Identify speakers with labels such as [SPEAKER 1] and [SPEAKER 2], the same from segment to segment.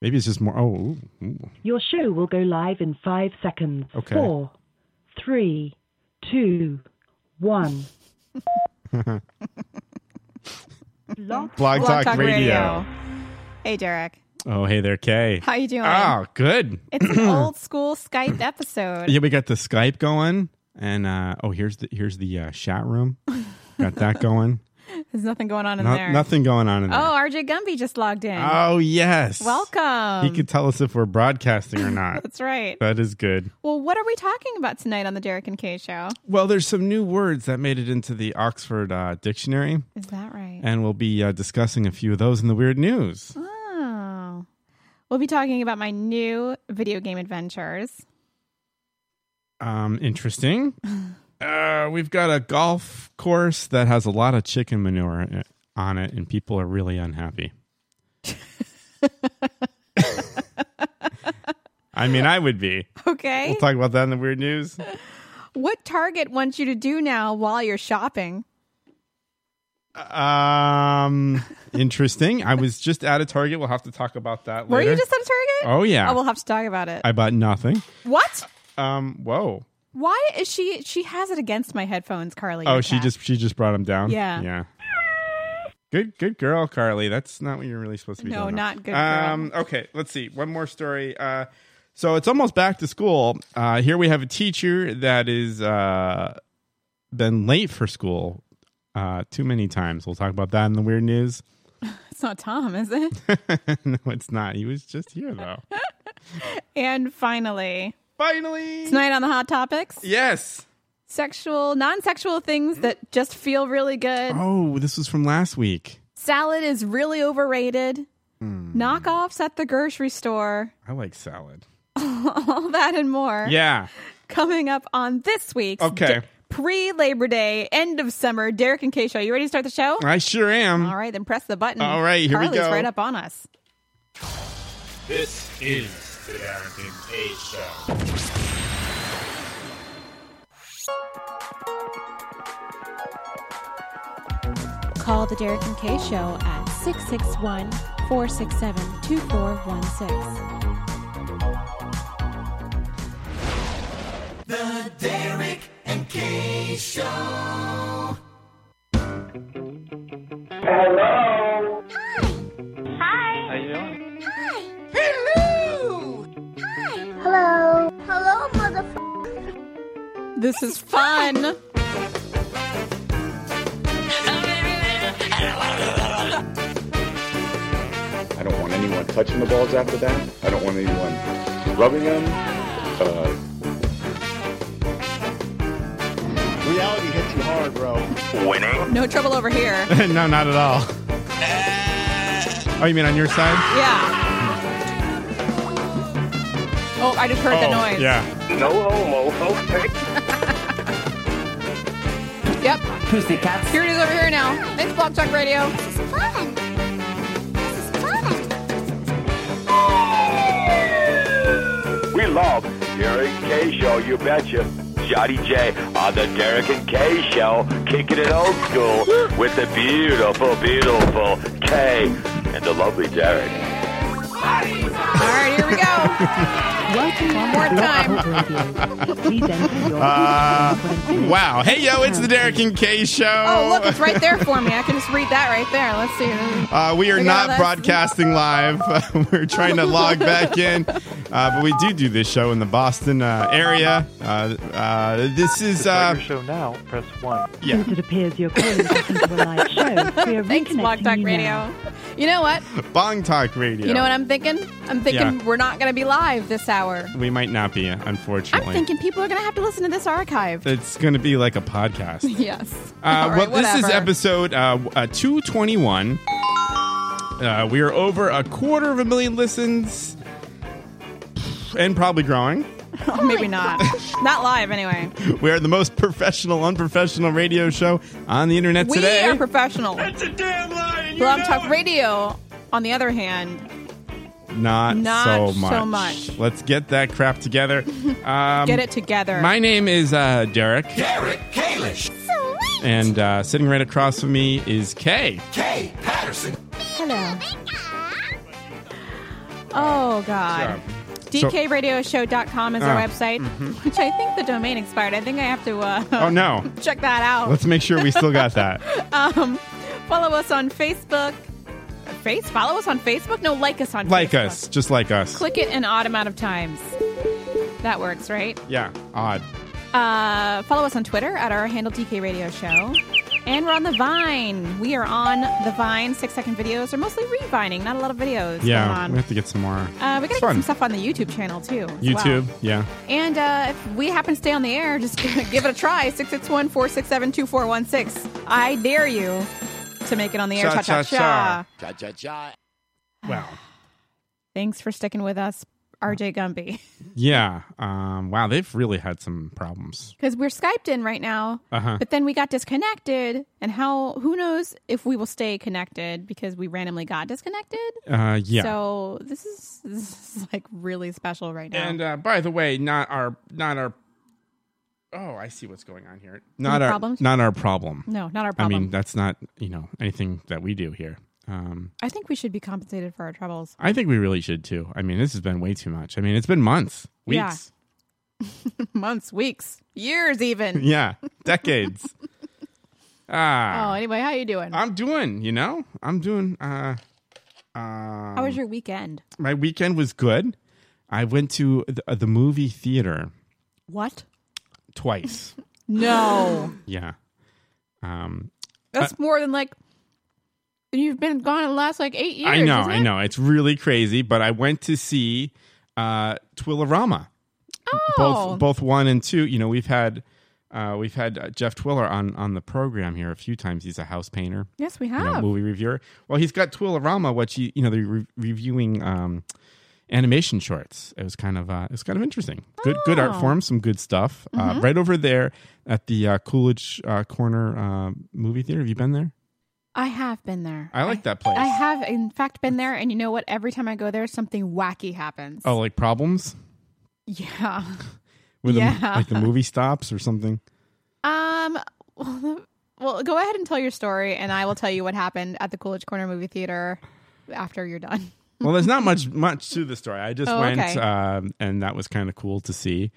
[SPEAKER 1] Maybe it's just more. Oh, ooh, ooh.
[SPEAKER 2] Your show will go live in five seconds.
[SPEAKER 1] Okay.
[SPEAKER 2] Four, three, two, one. Blog
[SPEAKER 1] Blog,
[SPEAKER 3] Blog
[SPEAKER 1] Talk, Radio.
[SPEAKER 3] Hey, Derek.
[SPEAKER 1] Oh, hey there, Kay.
[SPEAKER 3] How you doing?
[SPEAKER 1] Oh, good.
[SPEAKER 3] It's an old school Skype episode.
[SPEAKER 1] Yeah, we got the Skype going, and uh, oh, here's the here's the uh, chat room. Got that going.
[SPEAKER 3] There's nothing going on in
[SPEAKER 1] No-
[SPEAKER 3] there.
[SPEAKER 1] nothing going on in
[SPEAKER 3] Oh,
[SPEAKER 1] there.
[SPEAKER 3] RJ Gumby just logged in.
[SPEAKER 1] Oh, yes.
[SPEAKER 3] Welcome.
[SPEAKER 1] He could tell us if we're broadcasting or not.
[SPEAKER 3] That's right.
[SPEAKER 1] that is good.
[SPEAKER 3] Well, what are we talking about tonight on the Derek and Kay show?
[SPEAKER 1] Well, there's some new words that made it into the Oxford uh, Dictionary,
[SPEAKER 3] Is that right?
[SPEAKER 1] and we'll be uh, discussing a few of those in the weird news.
[SPEAKER 3] oh. We'll be talking about my new video game adventures.
[SPEAKER 1] Um, interesting. Uh, we've got a golf course that has a lot of chicken manure in- on it, and people are really unhappy. I mean, I would be.
[SPEAKER 3] Okay.
[SPEAKER 1] We'll talk about that in the weird news.
[SPEAKER 3] what Target wants you to do now while you're shopping?
[SPEAKER 1] Um, interesting. I was just at a Target. We'll have to talk about that
[SPEAKER 3] Were
[SPEAKER 1] later.
[SPEAKER 3] you just at a Target?
[SPEAKER 1] oh yeah.
[SPEAKER 3] Oh, we'll have to talk about it.
[SPEAKER 1] I bought nothing.
[SPEAKER 3] what?
[SPEAKER 1] Um, whoa.
[SPEAKER 3] Why is she? She has it against my headphones, Carly.
[SPEAKER 1] Oh,
[SPEAKER 3] your
[SPEAKER 1] she
[SPEAKER 3] cat.
[SPEAKER 1] just she just brought him down.
[SPEAKER 3] Yeah.
[SPEAKER 1] yeah. Good, good girl, Carly. That's not what you're really supposed to be
[SPEAKER 3] No,
[SPEAKER 1] doing.
[SPEAKER 3] not good girl.
[SPEAKER 1] Um, okay, let's see. One more story. Uh, so it's almost back to school. Uh, here we have a teacher that is uh, been late for school uh, too many times. We'll talk about that in the weird news.
[SPEAKER 3] It's not Tom, is it?
[SPEAKER 1] no, it's not. He was just here though.
[SPEAKER 3] and finally,
[SPEAKER 1] Finally,
[SPEAKER 3] tonight on the hot topics:
[SPEAKER 1] yes.
[SPEAKER 3] sexual, non-sexual things that just feel really good.
[SPEAKER 1] Oh, this was from last week.
[SPEAKER 3] Salad is really overrated.
[SPEAKER 1] Hmm.
[SPEAKER 3] Knockoffs at the grocery store.
[SPEAKER 1] I like salad.
[SPEAKER 3] All that and more.
[SPEAKER 1] Yeah.
[SPEAKER 3] Coming up on this week's
[SPEAKER 1] Okay.
[SPEAKER 3] pre Labor Day, end of summer, Derek and Kay show. You ready to start the show?
[SPEAKER 1] I sure am.
[SPEAKER 3] All right, then press the button.
[SPEAKER 1] All right, here we
[SPEAKER 3] Carly's
[SPEAKER 1] go.
[SPEAKER 3] right up on us.
[SPEAKER 4] This is the Derek and Kay Show.
[SPEAKER 3] Call the Derek and Kay Show at 661 467 2416.
[SPEAKER 5] Hi.
[SPEAKER 6] How you doing?
[SPEAKER 5] Hi. Hello. Hi. Hello. Hello, motherfucker.
[SPEAKER 3] This is fun.
[SPEAKER 7] I don't want anyone touching the balls after that. I don't want anyone rubbing them. Uh,
[SPEAKER 6] Reality hits you hard, bro.
[SPEAKER 3] No trouble over here.
[SPEAKER 1] no, not at all.
[SPEAKER 3] Uh,
[SPEAKER 1] Oh, you mean on your side?
[SPEAKER 3] Yeah. Oh, I just heard the
[SPEAKER 1] Oh,
[SPEAKER 3] noise.
[SPEAKER 1] Yeah.
[SPEAKER 3] Yep. Here it is over here now. Thanks, Block Talk Radio.
[SPEAKER 5] This is fun. This is fun.
[SPEAKER 8] We love Derek K Show, you betcha. Johnny J on the Derek and K Show, kicking it old school with the beautiful, beautiful K and the lovely Derek.
[SPEAKER 3] All right, here we go.
[SPEAKER 2] Welcome one
[SPEAKER 3] more
[SPEAKER 2] Please enter your
[SPEAKER 1] Ah. Wow. Hey, yo, it's the Derek and Kay show.
[SPEAKER 3] Oh, look, it's right there for me. I can just read that right there. Let's see.
[SPEAKER 1] Uh, we are
[SPEAKER 3] Look at all
[SPEAKER 1] not
[SPEAKER 3] this.
[SPEAKER 1] broadcasting live. We're trying to log back in, uh, but we do do this show in the Boston uh, area. Uh, uh, this is
[SPEAKER 6] Start
[SPEAKER 1] uh,
[SPEAKER 3] Um,
[SPEAKER 6] your show now. Press one.
[SPEAKER 1] yeah.
[SPEAKER 2] Since it appears you're calling back into a live show, we are
[SPEAKER 3] Thanks, Block
[SPEAKER 2] reconnecting
[SPEAKER 3] Talk
[SPEAKER 2] you now.
[SPEAKER 3] Radio. You know what?
[SPEAKER 1] Bong Talk Radio.
[SPEAKER 3] You know what I'm thinking? I'm thinking
[SPEAKER 1] Yeah.
[SPEAKER 3] we're not going to be live this hour.
[SPEAKER 1] we might not be,
[SPEAKER 3] I'm
[SPEAKER 1] unfortunately.
[SPEAKER 3] thinking people are going to have to listen to this archive.
[SPEAKER 1] it's going to be like a podcast.
[SPEAKER 3] Yes.
[SPEAKER 1] Uh,
[SPEAKER 3] All right,
[SPEAKER 1] well, this is
[SPEAKER 3] whatever.
[SPEAKER 1] episode uh, uh, 221. Uh, we are over a quarter of a million listens and probably growing.
[SPEAKER 3] Maybe not. not live, anyway.
[SPEAKER 1] We are the most professional, unprofessional radio show on the internet
[SPEAKER 3] We
[SPEAKER 1] today.
[SPEAKER 3] are professional. That's a damn lie. Blog Talk Radio, on the other hand,
[SPEAKER 1] not,
[SPEAKER 3] Not
[SPEAKER 1] so
[SPEAKER 3] so
[SPEAKER 1] much.
[SPEAKER 3] much.
[SPEAKER 1] Let's get that crap together. Um,
[SPEAKER 3] get it together.
[SPEAKER 1] My name is uh, Derek,
[SPEAKER 4] Derek Kalish.
[SPEAKER 5] Sweet.
[SPEAKER 1] and uh, sitting right across from me is Kay.
[SPEAKER 4] Kay Patterson.
[SPEAKER 3] Hello. Oh, God.
[SPEAKER 1] So-
[SPEAKER 3] DKRadioshow.com is our
[SPEAKER 1] Ah,
[SPEAKER 3] website, which I think the domain expired. I think I have to uh,
[SPEAKER 1] Oh no.
[SPEAKER 3] check that out.
[SPEAKER 1] Let's make sure we still got that.
[SPEAKER 3] Um, follow us on Facebook. Face? Follow us on Facebook? No, like us on
[SPEAKER 1] Like
[SPEAKER 3] Facebook.
[SPEAKER 1] us, just like us.
[SPEAKER 3] Click it an odd amount of times. That works, right?
[SPEAKER 1] Yeah, odd.
[SPEAKER 3] Uh, follow us on Twitter at our handle DK Radio Show. And we're on the Vine. We are on the Vine. Six second videos are mostly revining, not a lot of videos going
[SPEAKER 1] Yeah,
[SPEAKER 3] on.
[SPEAKER 1] we have to get some more.
[SPEAKER 3] Uh, we gotta
[SPEAKER 1] It's
[SPEAKER 3] get
[SPEAKER 1] fun.
[SPEAKER 3] some stuff on the YouTube channel too. as
[SPEAKER 1] YouTube,
[SPEAKER 3] well.
[SPEAKER 1] yeah.
[SPEAKER 3] And uh, if we happen to stay on the air, just give it a try. 661 467 2416. I dare you to make it on the air.
[SPEAKER 1] Cha,
[SPEAKER 3] Cha cha
[SPEAKER 1] cha,
[SPEAKER 3] cha.
[SPEAKER 9] Cha cha cha.
[SPEAKER 1] Wow.
[SPEAKER 3] Thanks for sticking with us, RJ Gumby.
[SPEAKER 1] Yeah. Um, wow, they've really had some problems.
[SPEAKER 3] Because we're Skyped in right now,
[SPEAKER 1] Uh huh.
[SPEAKER 3] but then we got disconnected. And how, who knows if we will stay connected because we randomly got disconnected.
[SPEAKER 1] Uh, yeah.
[SPEAKER 3] So this is, this is like really special right now.
[SPEAKER 1] and uh, by the way, not our, not our. Oh, I see what's going on here. Not
[SPEAKER 3] Any
[SPEAKER 1] our,
[SPEAKER 3] problems?
[SPEAKER 1] not our problem.
[SPEAKER 3] no, not our
[SPEAKER 1] I
[SPEAKER 3] problem. I,
[SPEAKER 1] mean, that's not you know anything that we do here. Um,
[SPEAKER 3] think we should be compensated for our troubles.
[SPEAKER 1] I think we really should too. I mean, this has been way too much. I mean, it's been months,
[SPEAKER 3] Yeah.
[SPEAKER 1] weeks,
[SPEAKER 3] Months, weeks, years, even.
[SPEAKER 1] yeah, decades.
[SPEAKER 3] Oh,
[SPEAKER 1] ah,
[SPEAKER 3] anyway, how you doing?
[SPEAKER 1] I'm doing. You know, I'm doing. Uh,
[SPEAKER 3] how was your weekend?
[SPEAKER 1] my weekend was good. I went to the, uh, the movie theater
[SPEAKER 3] What?
[SPEAKER 1] twice.
[SPEAKER 3] No,
[SPEAKER 1] yeah. Um,
[SPEAKER 3] that's more than like you've been gone the last like eight years.
[SPEAKER 1] I know,
[SPEAKER 3] isn't
[SPEAKER 1] I
[SPEAKER 3] it?
[SPEAKER 1] know. It's really crazy, but I went to see uh Twillerama.
[SPEAKER 3] Oh.
[SPEAKER 1] Both both 1 and 2. You know, we've had uh, we've had uh, Jeff Twiller on on the program here a few times. He's a house painter,
[SPEAKER 3] Yes, we
[SPEAKER 1] you know,
[SPEAKER 3] have.
[SPEAKER 1] movie reviewer. Well, he's got Twillerama, which he, you know, they're re- reviewing um, animation shorts. It was kind of uh, it's kind of interesting. Good good art
[SPEAKER 3] Oh. Mm-hmm.
[SPEAKER 1] form, some good stuff. Uh, right over there at the uh, Coolidge uh, Corner uh, movie theater. Have you been there?
[SPEAKER 3] I have been there.
[SPEAKER 1] I like that place.
[SPEAKER 3] I have, in fact, been there, and you know what? Every time I go there, something wacky happens.
[SPEAKER 1] Oh, like problems?
[SPEAKER 3] yeah.
[SPEAKER 1] with
[SPEAKER 3] Yeah.
[SPEAKER 1] the, like the movie stops or something.
[SPEAKER 3] Um. Well, go ahead and tell your story, and I will tell you what happened at the Coolidge Corner movie theater after you're done.
[SPEAKER 1] Well, there's not much much to the story. I just
[SPEAKER 3] Oh,
[SPEAKER 1] went,
[SPEAKER 3] okay.
[SPEAKER 1] um, and that was kind of cool to see.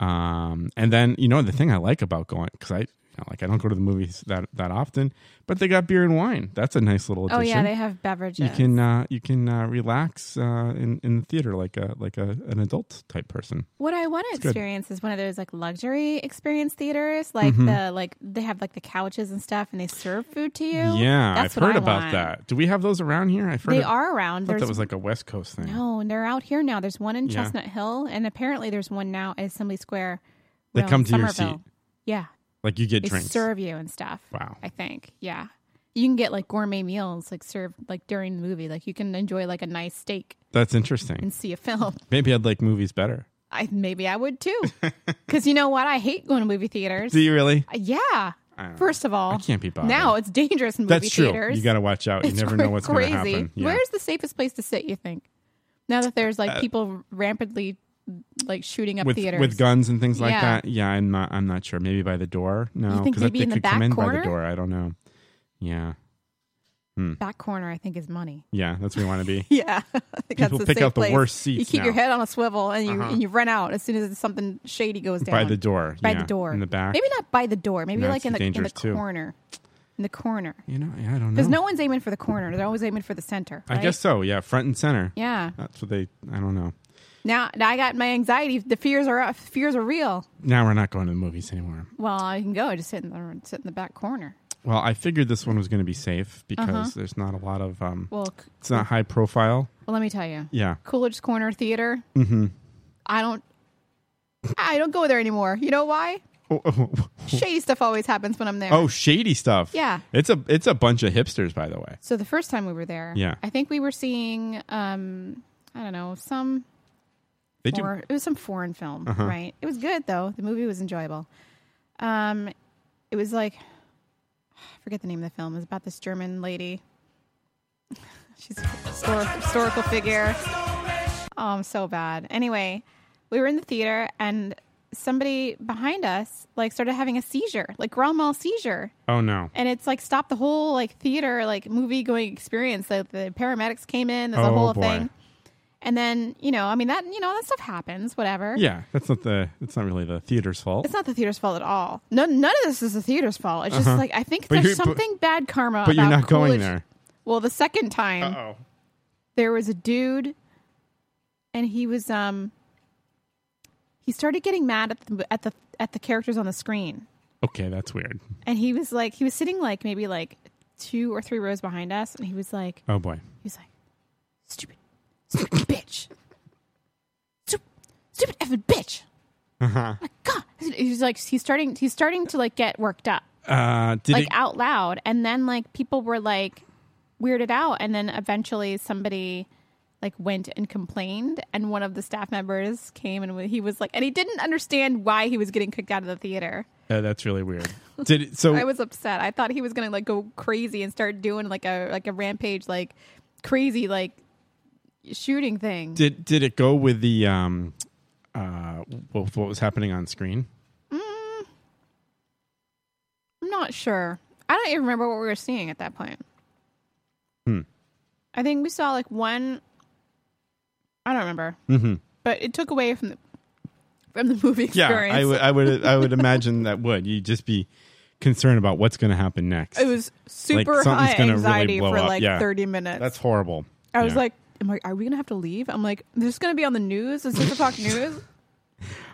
[SPEAKER 1] Um, and then you know the thing I like about going because I you know, like I don't go to the movies that that often, but they got beer and wine. That's a nice little
[SPEAKER 3] Oh
[SPEAKER 1] addition.
[SPEAKER 3] yeah, they have beverages.
[SPEAKER 1] you can uh, you can uh, relax uh, in in the theater like a like a an adult type person.
[SPEAKER 3] What I want to
[SPEAKER 1] good.
[SPEAKER 3] experience is one of those like luxury experience theaters, like
[SPEAKER 1] Mm-hmm.
[SPEAKER 3] the like they have like the couches and stuff, and they serve food to you.
[SPEAKER 1] yeah,
[SPEAKER 3] that's
[SPEAKER 1] I've
[SPEAKER 3] what
[SPEAKER 1] heard
[SPEAKER 3] I
[SPEAKER 1] about
[SPEAKER 3] want.
[SPEAKER 1] that. Do we have those around here? I've heard
[SPEAKER 3] They
[SPEAKER 1] of-
[SPEAKER 3] are
[SPEAKER 1] I
[SPEAKER 3] around.
[SPEAKER 1] thought
[SPEAKER 3] There's
[SPEAKER 1] that was like a West Coast thing.
[SPEAKER 3] no, and they're out here now. There's one in
[SPEAKER 1] Yeah.
[SPEAKER 3] Chestnut Hill, and apparently there's one now at Assembly Square.
[SPEAKER 1] They
[SPEAKER 3] No,
[SPEAKER 1] come to your
[SPEAKER 3] Somerville.
[SPEAKER 1] seat.
[SPEAKER 3] Yeah,
[SPEAKER 1] Like you get
[SPEAKER 3] they
[SPEAKER 1] drinks.
[SPEAKER 3] serve you and stuff.
[SPEAKER 1] Wow.
[SPEAKER 3] I think yeah, you can get like gourmet meals like served like during the movie. Like you can enjoy like a nice steak
[SPEAKER 1] That's interesting.
[SPEAKER 3] and see a film.
[SPEAKER 1] Maybe I'd like movies better.
[SPEAKER 3] I maybe I would too, because you know what? I hate going to movie theaters.
[SPEAKER 1] Do you really?
[SPEAKER 3] Uh, Yeah.
[SPEAKER 1] don't know.
[SPEAKER 3] First of all,
[SPEAKER 1] I can't be bothered.
[SPEAKER 3] Now it's dangerous in movie
[SPEAKER 1] That's true.
[SPEAKER 3] theaters.
[SPEAKER 1] You got to watch out. You
[SPEAKER 3] It's
[SPEAKER 1] never
[SPEAKER 3] cra-
[SPEAKER 1] know what's
[SPEAKER 3] crazy.
[SPEAKER 1] going to happen. Yeah. Uh,
[SPEAKER 3] Where's the safest place to sit? You think? Now that there's like people rampantly like shooting up
[SPEAKER 1] with
[SPEAKER 3] theaters
[SPEAKER 1] with guns and things like
[SPEAKER 3] Yeah.
[SPEAKER 1] that? Yeah, I'm not. I'm not sure. Maybe by the door. No,
[SPEAKER 3] You think
[SPEAKER 1] because I
[SPEAKER 3] maybe
[SPEAKER 1] think
[SPEAKER 3] in the
[SPEAKER 1] could
[SPEAKER 3] back
[SPEAKER 1] come in by
[SPEAKER 3] corner?
[SPEAKER 1] the door. I don't know. Yeah,
[SPEAKER 3] Back corner, I think, is money.
[SPEAKER 1] yeah. That's where we want to be.
[SPEAKER 3] Yeah, I think
[SPEAKER 1] People pick
[SPEAKER 3] safe
[SPEAKER 1] out the
[SPEAKER 3] place.
[SPEAKER 1] worst seats
[SPEAKER 3] You keep
[SPEAKER 1] now. Uh-huh.
[SPEAKER 3] your head on a swivel and you and you run out as soon as something shady goes down
[SPEAKER 1] by the door.
[SPEAKER 3] By
[SPEAKER 1] yeah.
[SPEAKER 3] the door
[SPEAKER 1] in the back.
[SPEAKER 3] Maybe not by the door. Maybe
[SPEAKER 1] No,
[SPEAKER 3] like
[SPEAKER 1] it's
[SPEAKER 3] in the in the
[SPEAKER 1] dangerous, too.
[SPEAKER 3] corner, in the corner.
[SPEAKER 1] You know, yeah, I don't know.
[SPEAKER 3] Because no one's aiming for the corner. They're always aiming for the center.
[SPEAKER 1] I
[SPEAKER 3] right?
[SPEAKER 1] guess so. Yeah, front and center.
[SPEAKER 3] Yeah.
[SPEAKER 1] That's what they. I don't know.
[SPEAKER 3] Now, now I got my anxiety. The fears are fears are real.
[SPEAKER 1] Now we're not going to the movies anymore.
[SPEAKER 3] Well, I can go. I just sit in the sit in the back corner.
[SPEAKER 1] Well, I figured this one was going to be safe because there's not a lot of. Um,
[SPEAKER 3] Uh-huh. Well, c-
[SPEAKER 1] it's not high profile.
[SPEAKER 3] well, let me tell you,
[SPEAKER 1] Yeah.
[SPEAKER 3] Coolidge Corner Theater. Mm-hmm. I don't. I don't go there anymore. You know why?
[SPEAKER 1] Oh, oh, oh.
[SPEAKER 3] Shady stuff always happens when I'm there.
[SPEAKER 1] Oh, shady stuff.
[SPEAKER 3] Yeah.
[SPEAKER 1] It's a it's a bunch of hipsters, by the way.
[SPEAKER 3] So the first time we were there,
[SPEAKER 1] Yeah.
[SPEAKER 3] I think we were seeing, um, I don't know, some
[SPEAKER 1] They do Uh-huh.
[SPEAKER 3] foreign, it was some foreign film, right? It was good though. The movie was enjoyable. Um, it was like I forget the name of the film. It was about this German lady. She's a histor- historical figure. Oh, I'm so bad. Anyway, we were in the theater and somebody behind us like started having a seizure, like grand mal seizure
[SPEAKER 1] Oh no.
[SPEAKER 3] and it's like stopped the whole like theater like movie going experience. The, the paramedics came in. There's a
[SPEAKER 1] Oh,
[SPEAKER 3] whole
[SPEAKER 1] boy.
[SPEAKER 3] thing, And then, you know, I mean, that, you know, that stuff happens, whatever.
[SPEAKER 1] Yeah, that's not the. That's not really the theater's fault.
[SPEAKER 3] It's not the theater's fault at all. No, none of this is the theater's fault. It's just like, I think
[SPEAKER 1] Uh-huh. But you're-
[SPEAKER 3] there's
[SPEAKER 1] but-
[SPEAKER 3] something bad karma
[SPEAKER 1] but you're
[SPEAKER 3] about
[SPEAKER 1] not going
[SPEAKER 3] Coolidge-
[SPEAKER 1] there.
[SPEAKER 3] Well, the second time,
[SPEAKER 1] Uh oh.
[SPEAKER 3] there was a dude and he was um he started getting mad at the at the at the characters on the screen
[SPEAKER 1] Okay, that's weird.
[SPEAKER 3] and he was like he was sitting like maybe like two or three rows behind us and he was like
[SPEAKER 1] Oh boy.
[SPEAKER 3] he was like stupid stupid bitch stupid, stupid effing bitch
[SPEAKER 1] Uh-huh.
[SPEAKER 3] my god he's like he's starting he's starting to like get worked up
[SPEAKER 1] Uh Did
[SPEAKER 3] like
[SPEAKER 1] it?
[SPEAKER 3] out loud and then like people were like weirded out and then eventually somebody like went and complained and one of the staff members came and he was like and he didn't understand why he was getting kicked out of the theater
[SPEAKER 1] oh, that's really weird. Did it, so?
[SPEAKER 3] i was upset i thought he was gonna like go crazy and start doing like a like a rampage like crazy like shooting thing
[SPEAKER 1] did did it go with the um uh what, what was happening on screen?
[SPEAKER 3] Mm. i'm not sure i don't even remember what we were seeing at that point
[SPEAKER 1] Hmm.
[SPEAKER 3] i think we saw like one i don't remember
[SPEAKER 1] Mm-hmm.
[SPEAKER 3] but it took away from the from the movie
[SPEAKER 1] Yeah,
[SPEAKER 3] experience.
[SPEAKER 1] I would I would I would imagine that would you just be concerned about what's going to happen next?
[SPEAKER 3] it was super
[SPEAKER 1] something's
[SPEAKER 3] high
[SPEAKER 1] gonna really
[SPEAKER 3] anxiety
[SPEAKER 1] blow
[SPEAKER 3] for
[SPEAKER 1] up.
[SPEAKER 3] like
[SPEAKER 1] Yeah.
[SPEAKER 3] 30 minutes.
[SPEAKER 1] that's horrible.
[SPEAKER 3] I was
[SPEAKER 1] Yeah.
[SPEAKER 3] like, am I, are we gonna have to leave? I'm like, this is gonna be on the news, the six o'clock news.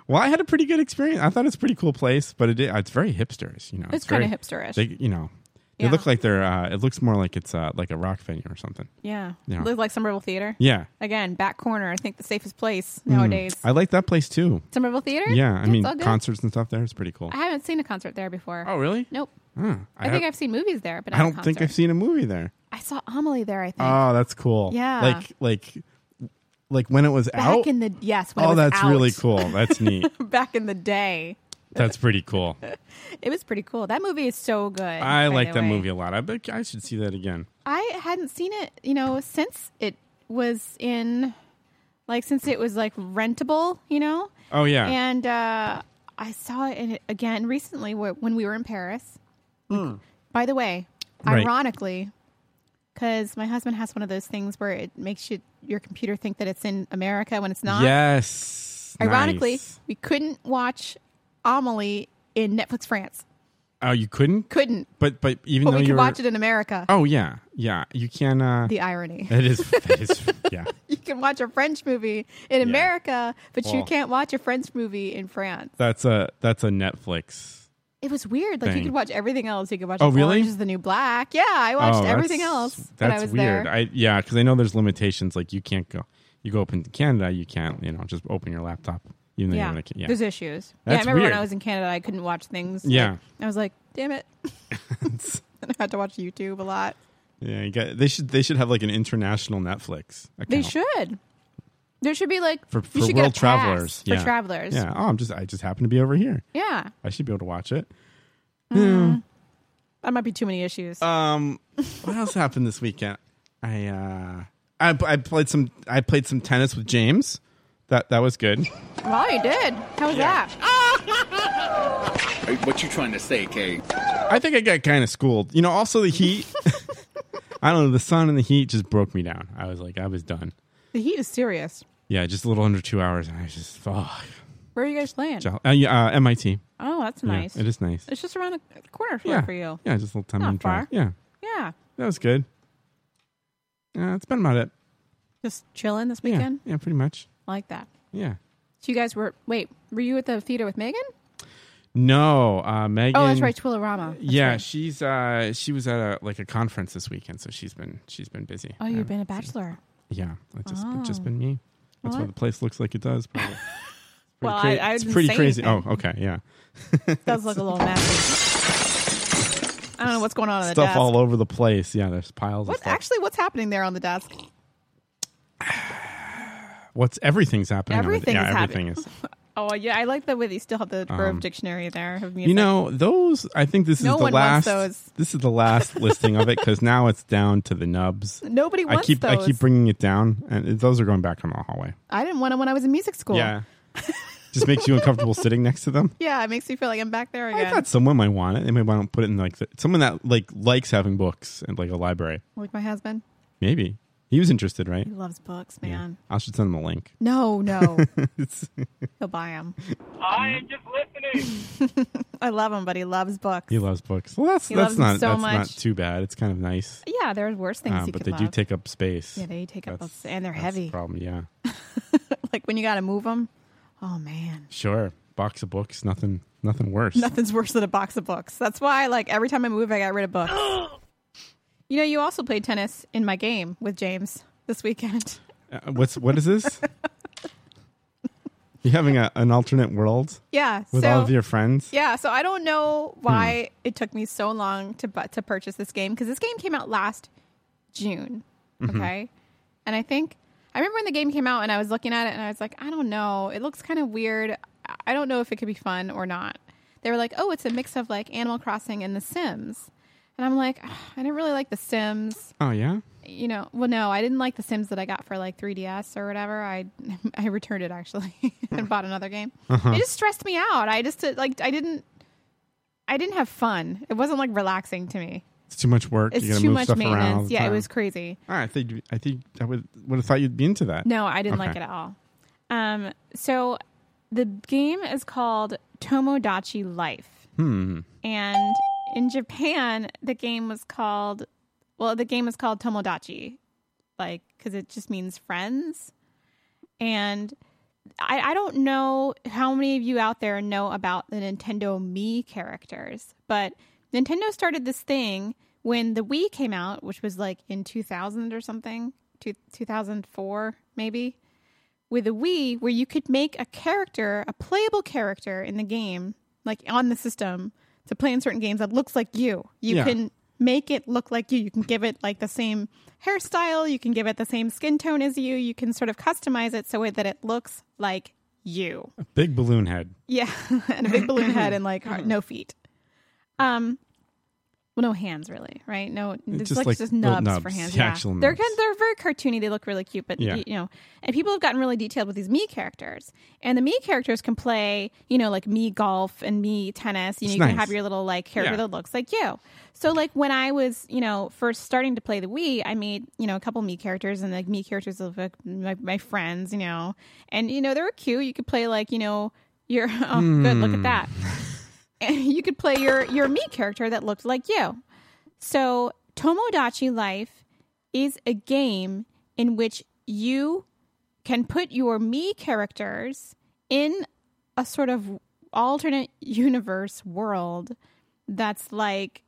[SPEAKER 1] well, I had a pretty good experience. I thought it's a pretty cool place, but it i- it's very hipsters. You know,
[SPEAKER 3] It's
[SPEAKER 1] very-
[SPEAKER 3] kind of hipsterish.
[SPEAKER 1] They, you know, they
[SPEAKER 3] Yeah.
[SPEAKER 1] look like they're. Uh, it looks more like it's uh, like a rock venue or something.
[SPEAKER 3] yeah,
[SPEAKER 1] Yeah.
[SPEAKER 3] look like Somerville Theater
[SPEAKER 1] Yeah, Hmm. Mm.
[SPEAKER 3] again. Back corner, I think the safest place nowadays.
[SPEAKER 1] I like that place too.
[SPEAKER 3] Somerville Theater.
[SPEAKER 1] Yeah, I
[SPEAKER 3] It's
[SPEAKER 1] mean
[SPEAKER 3] all good.
[SPEAKER 1] concerts and stuff there is pretty cool.
[SPEAKER 3] I haven't seen a concert there before.
[SPEAKER 1] oh, really?
[SPEAKER 3] Nope.
[SPEAKER 1] Huh.
[SPEAKER 3] I, think
[SPEAKER 1] have-
[SPEAKER 3] I've seen movies there, but
[SPEAKER 1] I
[SPEAKER 3] not a
[SPEAKER 1] don't think I've
[SPEAKER 3] concert.
[SPEAKER 1] seen a movie there.
[SPEAKER 3] I saw Amelie there. I think
[SPEAKER 1] Oh, that's cool.
[SPEAKER 3] Yeah.
[SPEAKER 1] Like like like when it was
[SPEAKER 3] back
[SPEAKER 1] out.
[SPEAKER 3] in the yes. When it
[SPEAKER 1] oh,
[SPEAKER 3] was
[SPEAKER 1] that's
[SPEAKER 3] out.
[SPEAKER 1] really cool. That's neat.
[SPEAKER 3] back in the day.
[SPEAKER 1] that's pretty cool.
[SPEAKER 3] It was pretty cool. That movie is so good.
[SPEAKER 1] I
[SPEAKER 3] by
[SPEAKER 1] like
[SPEAKER 3] the
[SPEAKER 1] that
[SPEAKER 3] way.
[SPEAKER 1] movie a lot. I bet I should see that again.
[SPEAKER 3] I hadn't seen it, you know, since it was in, like, since it was like rentable, you know.
[SPEAKER 1] Oh yeah.
[SPEAKER 3] And uh, I saw it, in, again recently wh- when we were in Paris. By the way,
[SPEAKER 1] Hmm. Right.
[SPEAKER 3] ironically, because my husband has one of those things where it makes you your computer think that it's in America when it's not.
[SPEAKER 1] yes.
[SPEAKER 3] Ironically,
[SPEAKER 1] Nice.
[SPEAKER 3] we couldn't watch Amelie in Netflix France.
[SPEAKER 1] Oh, you couldn't?
[SPEAKER 3] Couldn't,
[SPEAKER 1] But but even
[SPEAKER 3] but
[SPEAKER 1] though
[SPEAKER 3] we
[SPEAKER 1] you
[SPEAKER 3] could
[SPEAKER 1] were,
[SPEAKER 3] watch it in America.
[SPEAKER 1] Oh yeah. Yeah. You can uh
[SPEAKER 3] The irony.
[SPEAKER 1] that is that is yeah.
[SPEAKER 3] you can watch a French movie in America, but you
[SPEAKER 1] Well-
[SPEAKER 3] can't watch a French movie in France.
[SPEAKER 1] That's a that's a Netflix.
[SPEAKER 3] It was weird. Like
[SPEAKER 1] Thing.
[SPEAKER 3] you could watch everything else. You could watch
[SPEAKER 1] Oh,
[SPEAKER 3] like,
[SPEAKER 1] really?
[SPEAKER 3] Orange is the New Black. Yeah, I watched
[SPEAKER 1] Oh,
[SPEAKER 3] everything
[SPEAKER 1] that's-
[SPEAKER 3] else when
[SPEAKER 1] That's
[SPEAKER 3] I was
[SPEAKER 1] weird.
[SPEAKER 3] there.
[SPEAKER 1] I yeah, because I know there's limitations. Like you can't go. You go up into Canada, you can't. You know, just open your laptop. Even though
[SPEAKER 3] yeah.
[SPEAKER 1] You're in a, yeah.
[SPEAKER 3] there's issues. yeah, I
[SPEAKER 1] That's
[SPEAKER 3] remember when
[SPEAKER 1] weird.
[SPEAKER 3] I was in Canada, I couldn't watch things.
[SPEAKER 1] Yeah.
[SPEAKER 3] Like, I was like, damn it. and I had to watch YouTube a lot.
[SPEAKER 1] Yeah, you got, they should they should have like an international Netflix. Account
[SPEAKER 3] They should. There should be like
[SPEAKER 1] for,
[SPEAKER 3] you
[SPEAKER 1] for
[SPEAKER 3] should
[SPEAKER 1] world
[SPEAKER 3] get a pass
[SPEAKER 1] travelers.
[SPEAKER 3] for
[SPEAKER 1] yeah.
[SPEAKER 3] travelers.
[SPEAKER 1] Yeah. Oh, I'm just I just happen to be over here.
[SPEAKER 3] Yeah.
[SPEAKER 1] I should be able to watch it.
[SPEAKER 3] That might be too many issues.
[SPEAKER 1] Um, what else happened this weekend? I uh, I, I played some I played some tennis with James. That that was good.
[SPEAKER 3] well, you did. How was that?
[SPEAKER 9] What you trying to say, Kay?
[SPEAKER 1] I think I got kind of schooled. You know, also the heat. I don't know. The sun and the heat just broke me down. I was like, I was done.
[SPEAKER 3] The heat is serious.
[SPEAKER 1] Yeah, just a little under two hours, and I was just oh,
[SPEAKER 3] Where are you guys playing?
[SPEAKER 1] uh, yeah, uh, MIT.
[SPEAKER 3] Oh, that's
[SPEAKER 1] Yeah,
[SPEAKER 3] nice.
[SPEAKER 1] it is nice.
[SPEAKER 3] It's just around the corner for,
[SPEAKER 1] yeah,
[SPEAKER 3] for you.
[SPEAKER 1] Yeah, just a little ten
[SPEAKER 3] Not
[SPEAKER 1] minute
[SPEAKER 3] far.
[SPEAKER 1] drive. Yeah,
[SPEAKER 3] Yeah.
[SPEAKER 1] that was good. Yeah, that's been about it.
[SPEAKER 3] Just chilling this
[SPEAKER 1] Yeah,
[SPEAKER 3] weekend.
[SPEAKER 1] yeah, pretty much.
[SPEAKER 3] I like that.
[SPEAKER 1] Yeah.
[SPEAKER 3] So you guys were wait, were you at the theater with Megan?
[SPEAKER 1] No, uh, Megan.
[SPEAKER 3] Oh, that's right, Twilorama. That's
[SPEAKER 1] yeah,
[SPEAKER 3] right.
[SPEAKER 1] she's uh, she was at a like a conference this weekend, so she's been she's been busy.
[SPEAKER 3] Oh, you've
[SPEAKER 1] Um,
[SPEAKER 3] been a bachelor.
[SPEAKER 1] Yeah, it's just it's just
[SPEAKER 3] Oh.
[SPEAKER 1] been me. That's why
[SPEAKER 3] What?
[SPEAKER 1] the place looks like it does. Probably. Pretty
[SPEAKER 3] Well,
[SPEAKER 1] cra-
[SPEAKER 3] I- I
[SPEAKER 1] it's
[SPEAKER 3] didn't
[SPEAKER 1] pretty
[SPEAKER 3] say
[SPEAKER 1] crazy.
[SPEAKER 3] anything.
[SPEAKER 1] Oh, okay, yeah.
[SPEAKER 3] Does look a little messy. I don't know what's going on on the
[SPEAKER 1] Stuff
[SPEAKER 3] desk.
[SPEAKER 1] all over the place. Yeah, there's piles of
[SPEAKER 3] what
[SPEAKER 1] stuff.
[SPEAKER 3] actually what's happening there on the desk?
[SPEAKER 1] What's everything's happening? on it.
[SPEAKER 3] Everything
[SPEAKER 1] yeah,
[SPEAKER 3] is
[SPEAKER 1] everything
[SPEAKER 3] happening.
[SPEAKER 1] is.
[SPEAKER 3] Oh yeah, I like the way they still have the verb dictionary there of music.
[SPEAKER 1] Um, You know, those. I think this
[SPEAKER 3] No
[SPEAKER 1] is the
[SPEAKER 3] one wants
[SPEAKER 1] last.
[SPEAKER 3] those.
[SPEAKER 1] This is the last listing of it because now it's down to the nubs.
[SPEAKER 3] Nobody
[SPEAKER 1] I
[SPEAKER 3] wants
[SPEAKER 1] keep
[SPEAKER 3] those.
[SPEAKER 1] I keep bringing it down, and it- those are going back on the hallway.
[SPEAKER 3] I didn't want them when I was in music school.
[SPEAKER 1] Yeah, just makes you uncomfortable sitting next to them.
[SPEAKER 3] Yeah, it makes me feel like I'm back there
[SPEAKER 1] I
[SPEAKER 3] again.
[SPEAKER 1] thought someone might want it. They might want to put it in like the, someone that like likes having books and like a library.
[SPEAKER 3] Like my husband.
[SPEAKER 1] Maybe He was interested, right?
[SPEAKER 3] He loves books,
[SPEAKER 1] Yeah.
[SPEAKER 3] man.
[SPEAKER 1] I should send him a link.
[SPEAKER 3] No, no,
[SPEAKER 1] It's-
[SPEAKER 3] he'll buy them.
[SPEAKER 4] I am just listening.
[SPEAKER 3] I love him, but he loves books.
[SPEAKER 1] he loves books. Well, that's
[SPEAKER 3] He loves
[SPEAKER 1] that's
[SPEAKER 3] them
[SPEAKER 1] not
[SPEAKER 3] so
[SPEAKER 1] that's not
[SPEAKER 3] much.
[SPEAKER 1] too bad. It's kind of nice,
[SPEAKER 3] yeah, there are worse things
[SPEAKER 1] um,
[SPEAKER 3] you
[SPEAKER 1] but
[SPEAKER 3] could
[SPEAKER 1] they do
[SPEAKER 3] love.
[SPEAKER 1] take up space.
[SPEAKER 3] yeah, they take up
[SPEAKER 1] That's-
[SPEAKER 3] books and they're
[SPEAKER 1] that's The
[SPEAKER 3] heavy.
[SPEAKER 1] problem, yeah.
[SPEAKER 3] like when you got to move them. Oh man,
[SPEAKER 1] Sure, box of books, nothing, nothing worse.
[SPEAKER 3] nothing's worse than a box of books. That's why, like every time I move, I got rid of books. you know, you also played tennis in my game with James this weekend.
[SPEAKER 1] Uh, what's what is this? you having a, an alternate world
[SPEAKER 3] Yeah,
[SPEAKER 1] with
[SPEAKER 3] so
[SPEAKER 1] all of your friends?
[SPEAKER 3] yeah, so I don't know why it took me so long to bu- to purchase this game because this game came out last June. Okay. And I think I remember when the game came out and I was looking at it and I was like, I don't know. It looks kind of weird. I- I don't know if it could be fun or not. They were like, oh, it's a mix of like Animal Crossing and The Sims. And I'm like, "Ugh, I didn't really like The Sims.
[SPEAKER 1] Oh yeah.
[SPEAKER 3] You know, well, no, I didn't like The Sims that I got for like 3DS or whatever. I I returned it actually
[SPEAKER 1] Hmm.
[SPEAKER 3] and bought another game.
[SPEAKER 1] Uh-huh.
[SPEAKER 3] It just stressed me out. I just uh, like I didn't I didn't have fun. It wasn't like relaxing to me.
[SPEAKER 1] It's too much work.
[SPEAKER 3] It's
[SPEAKER 1] you gotta
[SPEAKER 3] too
[SPEAKER 1] move
[SPEAKER 3] much
[SPEAKER 1] stuff around. all
[SPEAKER 3] maintenance.
[SPEAKER 1] the
[SPEAKER 3] Yeah, it
[SPEAKER 1] time.
[SPEAKER 3] was crazy.
[SPEAKER 1] All right, I think I think I would would have thought you'd be into that.
[SPEAKER 3] No, I didn't like
[SPEAKER 1] Okay.
[SPEAKER 3] it at all. Um, so the game is called Tomodachi Life.
[SPEAKER 1] Hmm.
[SPEAKER 3] And in Japan, the game was called, well, the game was called Tomodachi, like, because it just means friends. And I, I don't know how many of you out there know about the Nintendo Me characters, but Nintendo started this thing when the Wii came out, which was like in 2000 or something, two, 2004 maybe, with a Wii where you could make a character, a playable character in the game, like on the system to play in certain games that looks like you. You
[SPEAKER 1] Yeah.
[SPEAKER 3] can make it look like you. You can give it like the same hairstyle, you can give it the same skin tone as you, you can sort of customize it so that it looks like you.
[SPEAKER 1] A big balloon head.
[SPEAKER 3] Yeah, and a big balloon head and like no feet. Um, well, no hands really, right? No, it's
[SPEAKER 1] just
[SPEAKER 3] like,
[SPEAKER 1] like
[SPEAKER 3] just
[SPEAKER 1] little
[SPEAKER 3] nubs, for
[SPEAKER 1] nubs,
[SPEAKER 3] hands.
[SPEAKER 1] the
[SPEAKER 3] Yeah,
[SPEAKER 1] actual
[SPEAKER 3] they're
[SPEAKER 1] nubs.
[SPEAKER 3] kind they're very cartoony. They look really cute, but
[SPEAKER 1] Yeah.
[SPEAKER 3] you know, and people have gotten really detailed with these me characters. And the me characters can play, you know, like me golf and me tennis. You know,
[SPEAKER 1] It's
[SPEAKER 3] you can
[SPEAKER 1] nice.
[SPEAKER 3] have your little like character
[SPEAKER 1] Yeah.
[SPEAKER 3] that looks like you. So like when I was, you know, first starting to play the Wii, I made you know a couple me characters and like me characters of like my, my friends, you know, and you know they were cute. You could play like you know your oh good look at that. And you could play your your me character that looked like you. So Tomodachi Life is a game in which you can put your me characters in a sort of alternate universe world that's like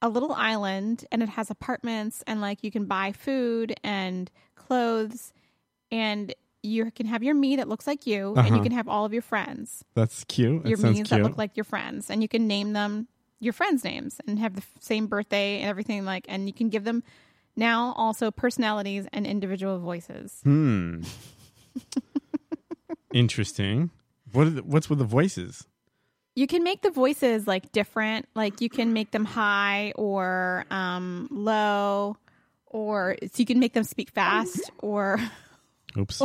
[SPEAKER 3] a little island and it has apartments and like you can buy food and clothes and you can have your me that looks like you and you
[SPEAKER 1] Uh-huh.
[SPEAKER 3] can have all of your friends
[SPEAKER 1] That's cute. That
[SPEAKER 3] your
[SPEAKER 1] sounds
[SPEAKER 3] means
[SPEAKER 1] cute.
[SPEAKER 3] that look like your friends and you can name them your friends names and have the f- same birthday and everything like and you can give them now also personalities and individual voices
[SPEAKER 1] hmm. Interesting. What are the, what's with the voices?
[SPEAKER 3] you can make the voices like different like you can make them high or um low or so you can make them speak fast or
[SPEAKER 1] Oops.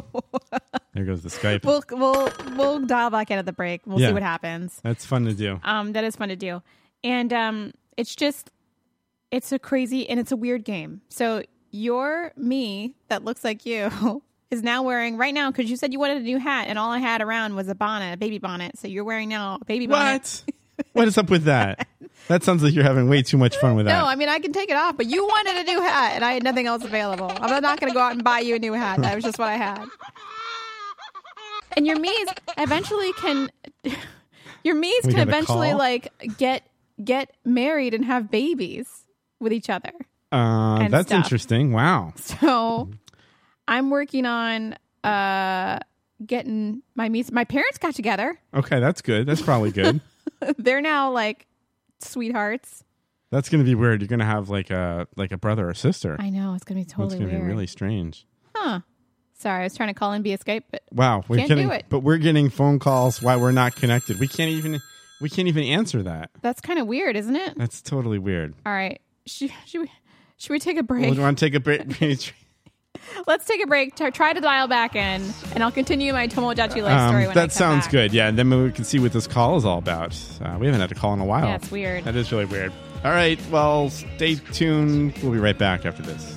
[SPEAKER 1] there goes the Skype.
[SPEAKER 3] we'll we'll we'll dial back in at the break we'll
[SPEAKER 1] Yeah.
[SPEAKER 3] see what happens
[SPEAKER 1] That's fun to do.
[SPEAKER 3] Um, that is fun to do, and um, it's just it's a crazy and it's a weird game. So your me that looks like you is now wearing right now because you said you wanted a new hat, and all I had around was a bonnet, a baby bonnet. So you're wearing now a baby bonnet.
[SPEAKER 1] What? what is up with that? That sounds like you're having way too much fun with that.
[SPEAKER 3] No, I mean I can take it off, but you wanted a new hat, and I had nothing else available. I'm not going to go out and buy you a new hat. That was just what I had. And your me's eventually can, your me's
[SPEAKER 1] We
[SPEAKER 3] can
[SPEAKER 1] got a
[SPEAKER 3] eventually
[SPEAKER 1] call?
[SPEAKER 3] like get get married and have babies with each other.
[SPEAKER 1] uh,
[SPEAKER 3] and
[SPEAKER 1] that's
[SPEAKER 3] stuff.
[SPEAKER 1] interesting. Wow.
[SPEAKER 3] So I'm working on uh getting my me's. My parents got together.
[SPEAKER 1] Okay, that's good. That's probably good.
[SPEAKER 3] They're now like sweethearts.
[SPEAKER 1] that's gonna be weird. You're gonna have like a like a brother or sister.
[SPEAKER 3] I know it's going to be
[SPEAKER 1] that's
[SPEAKER 3] totally
[SPEAKER 1] gonna
[SPEAKER 3] weird.
[SPEAKER 1] be really strange.
[SPEAKER 3] huh. Sorry, I was trying to call in via Skype, but
[SPEAKER 1] Wow, we're
[SPEAKER 3] Can't
[SPEAKER 1] getting,
[SPEAKER 3] do it.
[SPEAKER 1] but we're getting phone calls while we're not connected. We can't even we can't even answer that.
[SPEAKER 3] That's kind of weird, isn't it?
[SPEAKER 1] That's totally weird.
[SPEAKER 3] All right. Should, should, we, should we take a
[SPEAKER 1] Well,
[SPEAKER 3] break?
[SPEAKER 1] do you want to take a break?
[SPEAKER 3] Let's take a break. T- try to dial back in, and I'll continue my Tomodachi Life story
[SPEAKER 1] Um,
[SPEAKER 3] when I come
[SPEAKER 1] that sounds
[SPEAKER 3] back.
[SPEAKER 1] good. Yeah, and then we can see what this call is all about. Uh, we haven't had a call in a while.
[SPEAKER 3] Yeah, it's weird.
[SPEAKER 1] That is really weird. All right. Well, stay tuned. We'll be right back after this.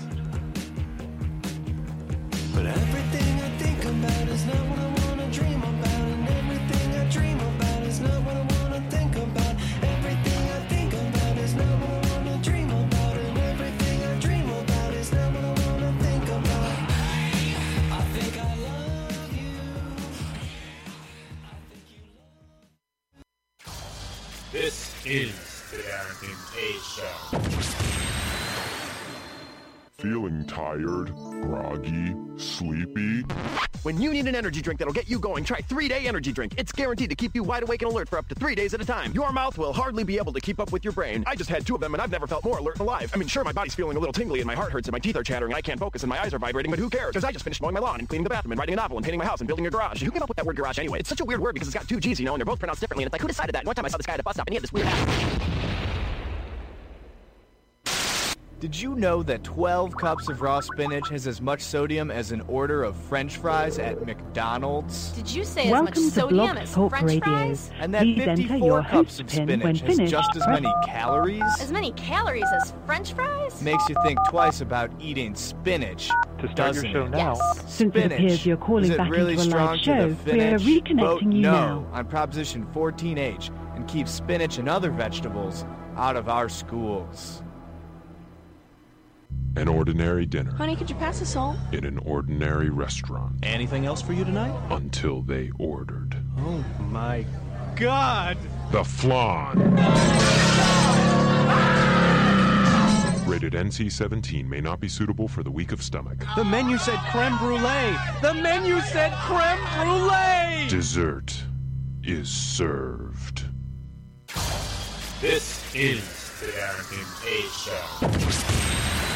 [SPEAKER 4] is the Darrington A Show.
[SPEAKER 9] Feeling tired, groggy, sleepy?
[SPEAKER 10] When you need an energy drink that'll get you going, try 3-Day Energy Drink. It's guaranteed to keep you wide awake and alert for up to three days at a time. Your mouth will hardly be able to keep up with your brain. I just had two of them and I've never felt more alert and alive. I mean, sure, my body's feeling a little tingly and my heart hurts and my teeth are chattering and I can't focus and my eyes are vibrating, but who cares? Because I just finished mowing my lawn and cleaning the bathroom and writing a novel and painting my house and building a garage. Who came up with that word garage anyway? It's such a weird word because it's got two G's, you know, and they're both pronounced differently. And it's like, who decided that? And one time I saw this guy at a bus stop and he had this weird ass.
[SPEAKER 11] Did you know that 12 cups of raw spinach has as much sodium as an order of french fries at McDonald's?
[SPEAKER 12] Did you say
[SPEAKER 2] Welcome
[SPEAKER 12] as much
[SPEAKER 2] to
[SPEAKER 12] sodium
[SPEAKER 2] Blog
[SPEAKER 12] as
[SPEAKER 2] Talk
[SPEAKER 12] french
[SPEAKER 2] Radio.
[SPEAKER 12] fries?
[SPEAKER 11] And that
[SPEAKER 2] Please enter
[SPEAKER 11] 54
[SPEAKER 2] your
[SPEAKER 11] cups
[SPEAKER 2] host
[SPEAKER 11] of
[SPEAKER 2] pin when
[SPEAKER 11] spinach has
[SPEAKER 2] finished.
[SPEAKER 11] just as many calories?
[SPEAKER 12] As many calories as french fries?
[SPEAKER 11] Makes you think twice about eating spinach. To
[SPEAKER 6] start your show now.
[SPEAKER 12] Yes.
[SPEAKER 2] Since it appears you're calling
[SPEAKER 11] Is it
[SPEAKER 2] back
[SPEAKER 11] really
[SPEAKER 2] into a
[SPEAKER 11] strong
[SPEAKER 2] live
[SPEAKER 11] to
[SPEAKER 2] show,
[SPEAKER 11] the
[SPEAKER 2] we are
[SPEAKER 11] finish?
[SPEAKER 2] reconnecting
[SPEAKER 11] Vote
[SPEAKER 2] you
[SPEAKER 11] no
[SPEAKER 2] now.
[SPEAKER 11] on Proposition 14H and keep spinach and other vegetables out of our schools.
[SPEAKER 9] An ordinary dinner
[SPEAKER 5] Honey, could you pass the salt?
[SPEAKER 9] in an ordinary restaurant
[SPEAKER 13] Anything else for you tonight?
[SPEAKER 9] until they ordered
[SPEAKER 13] Oh my god!
[SPEAKER 9] the flan. Rated NC-17 may not be suitable for the weak of stomach.
[SPEAKER 13] The menu said creme brulee! The menu said creme brulee!
[SPEAKER 9] Dessert is served.
[SPEAKER 4] This is the Darrington A Show.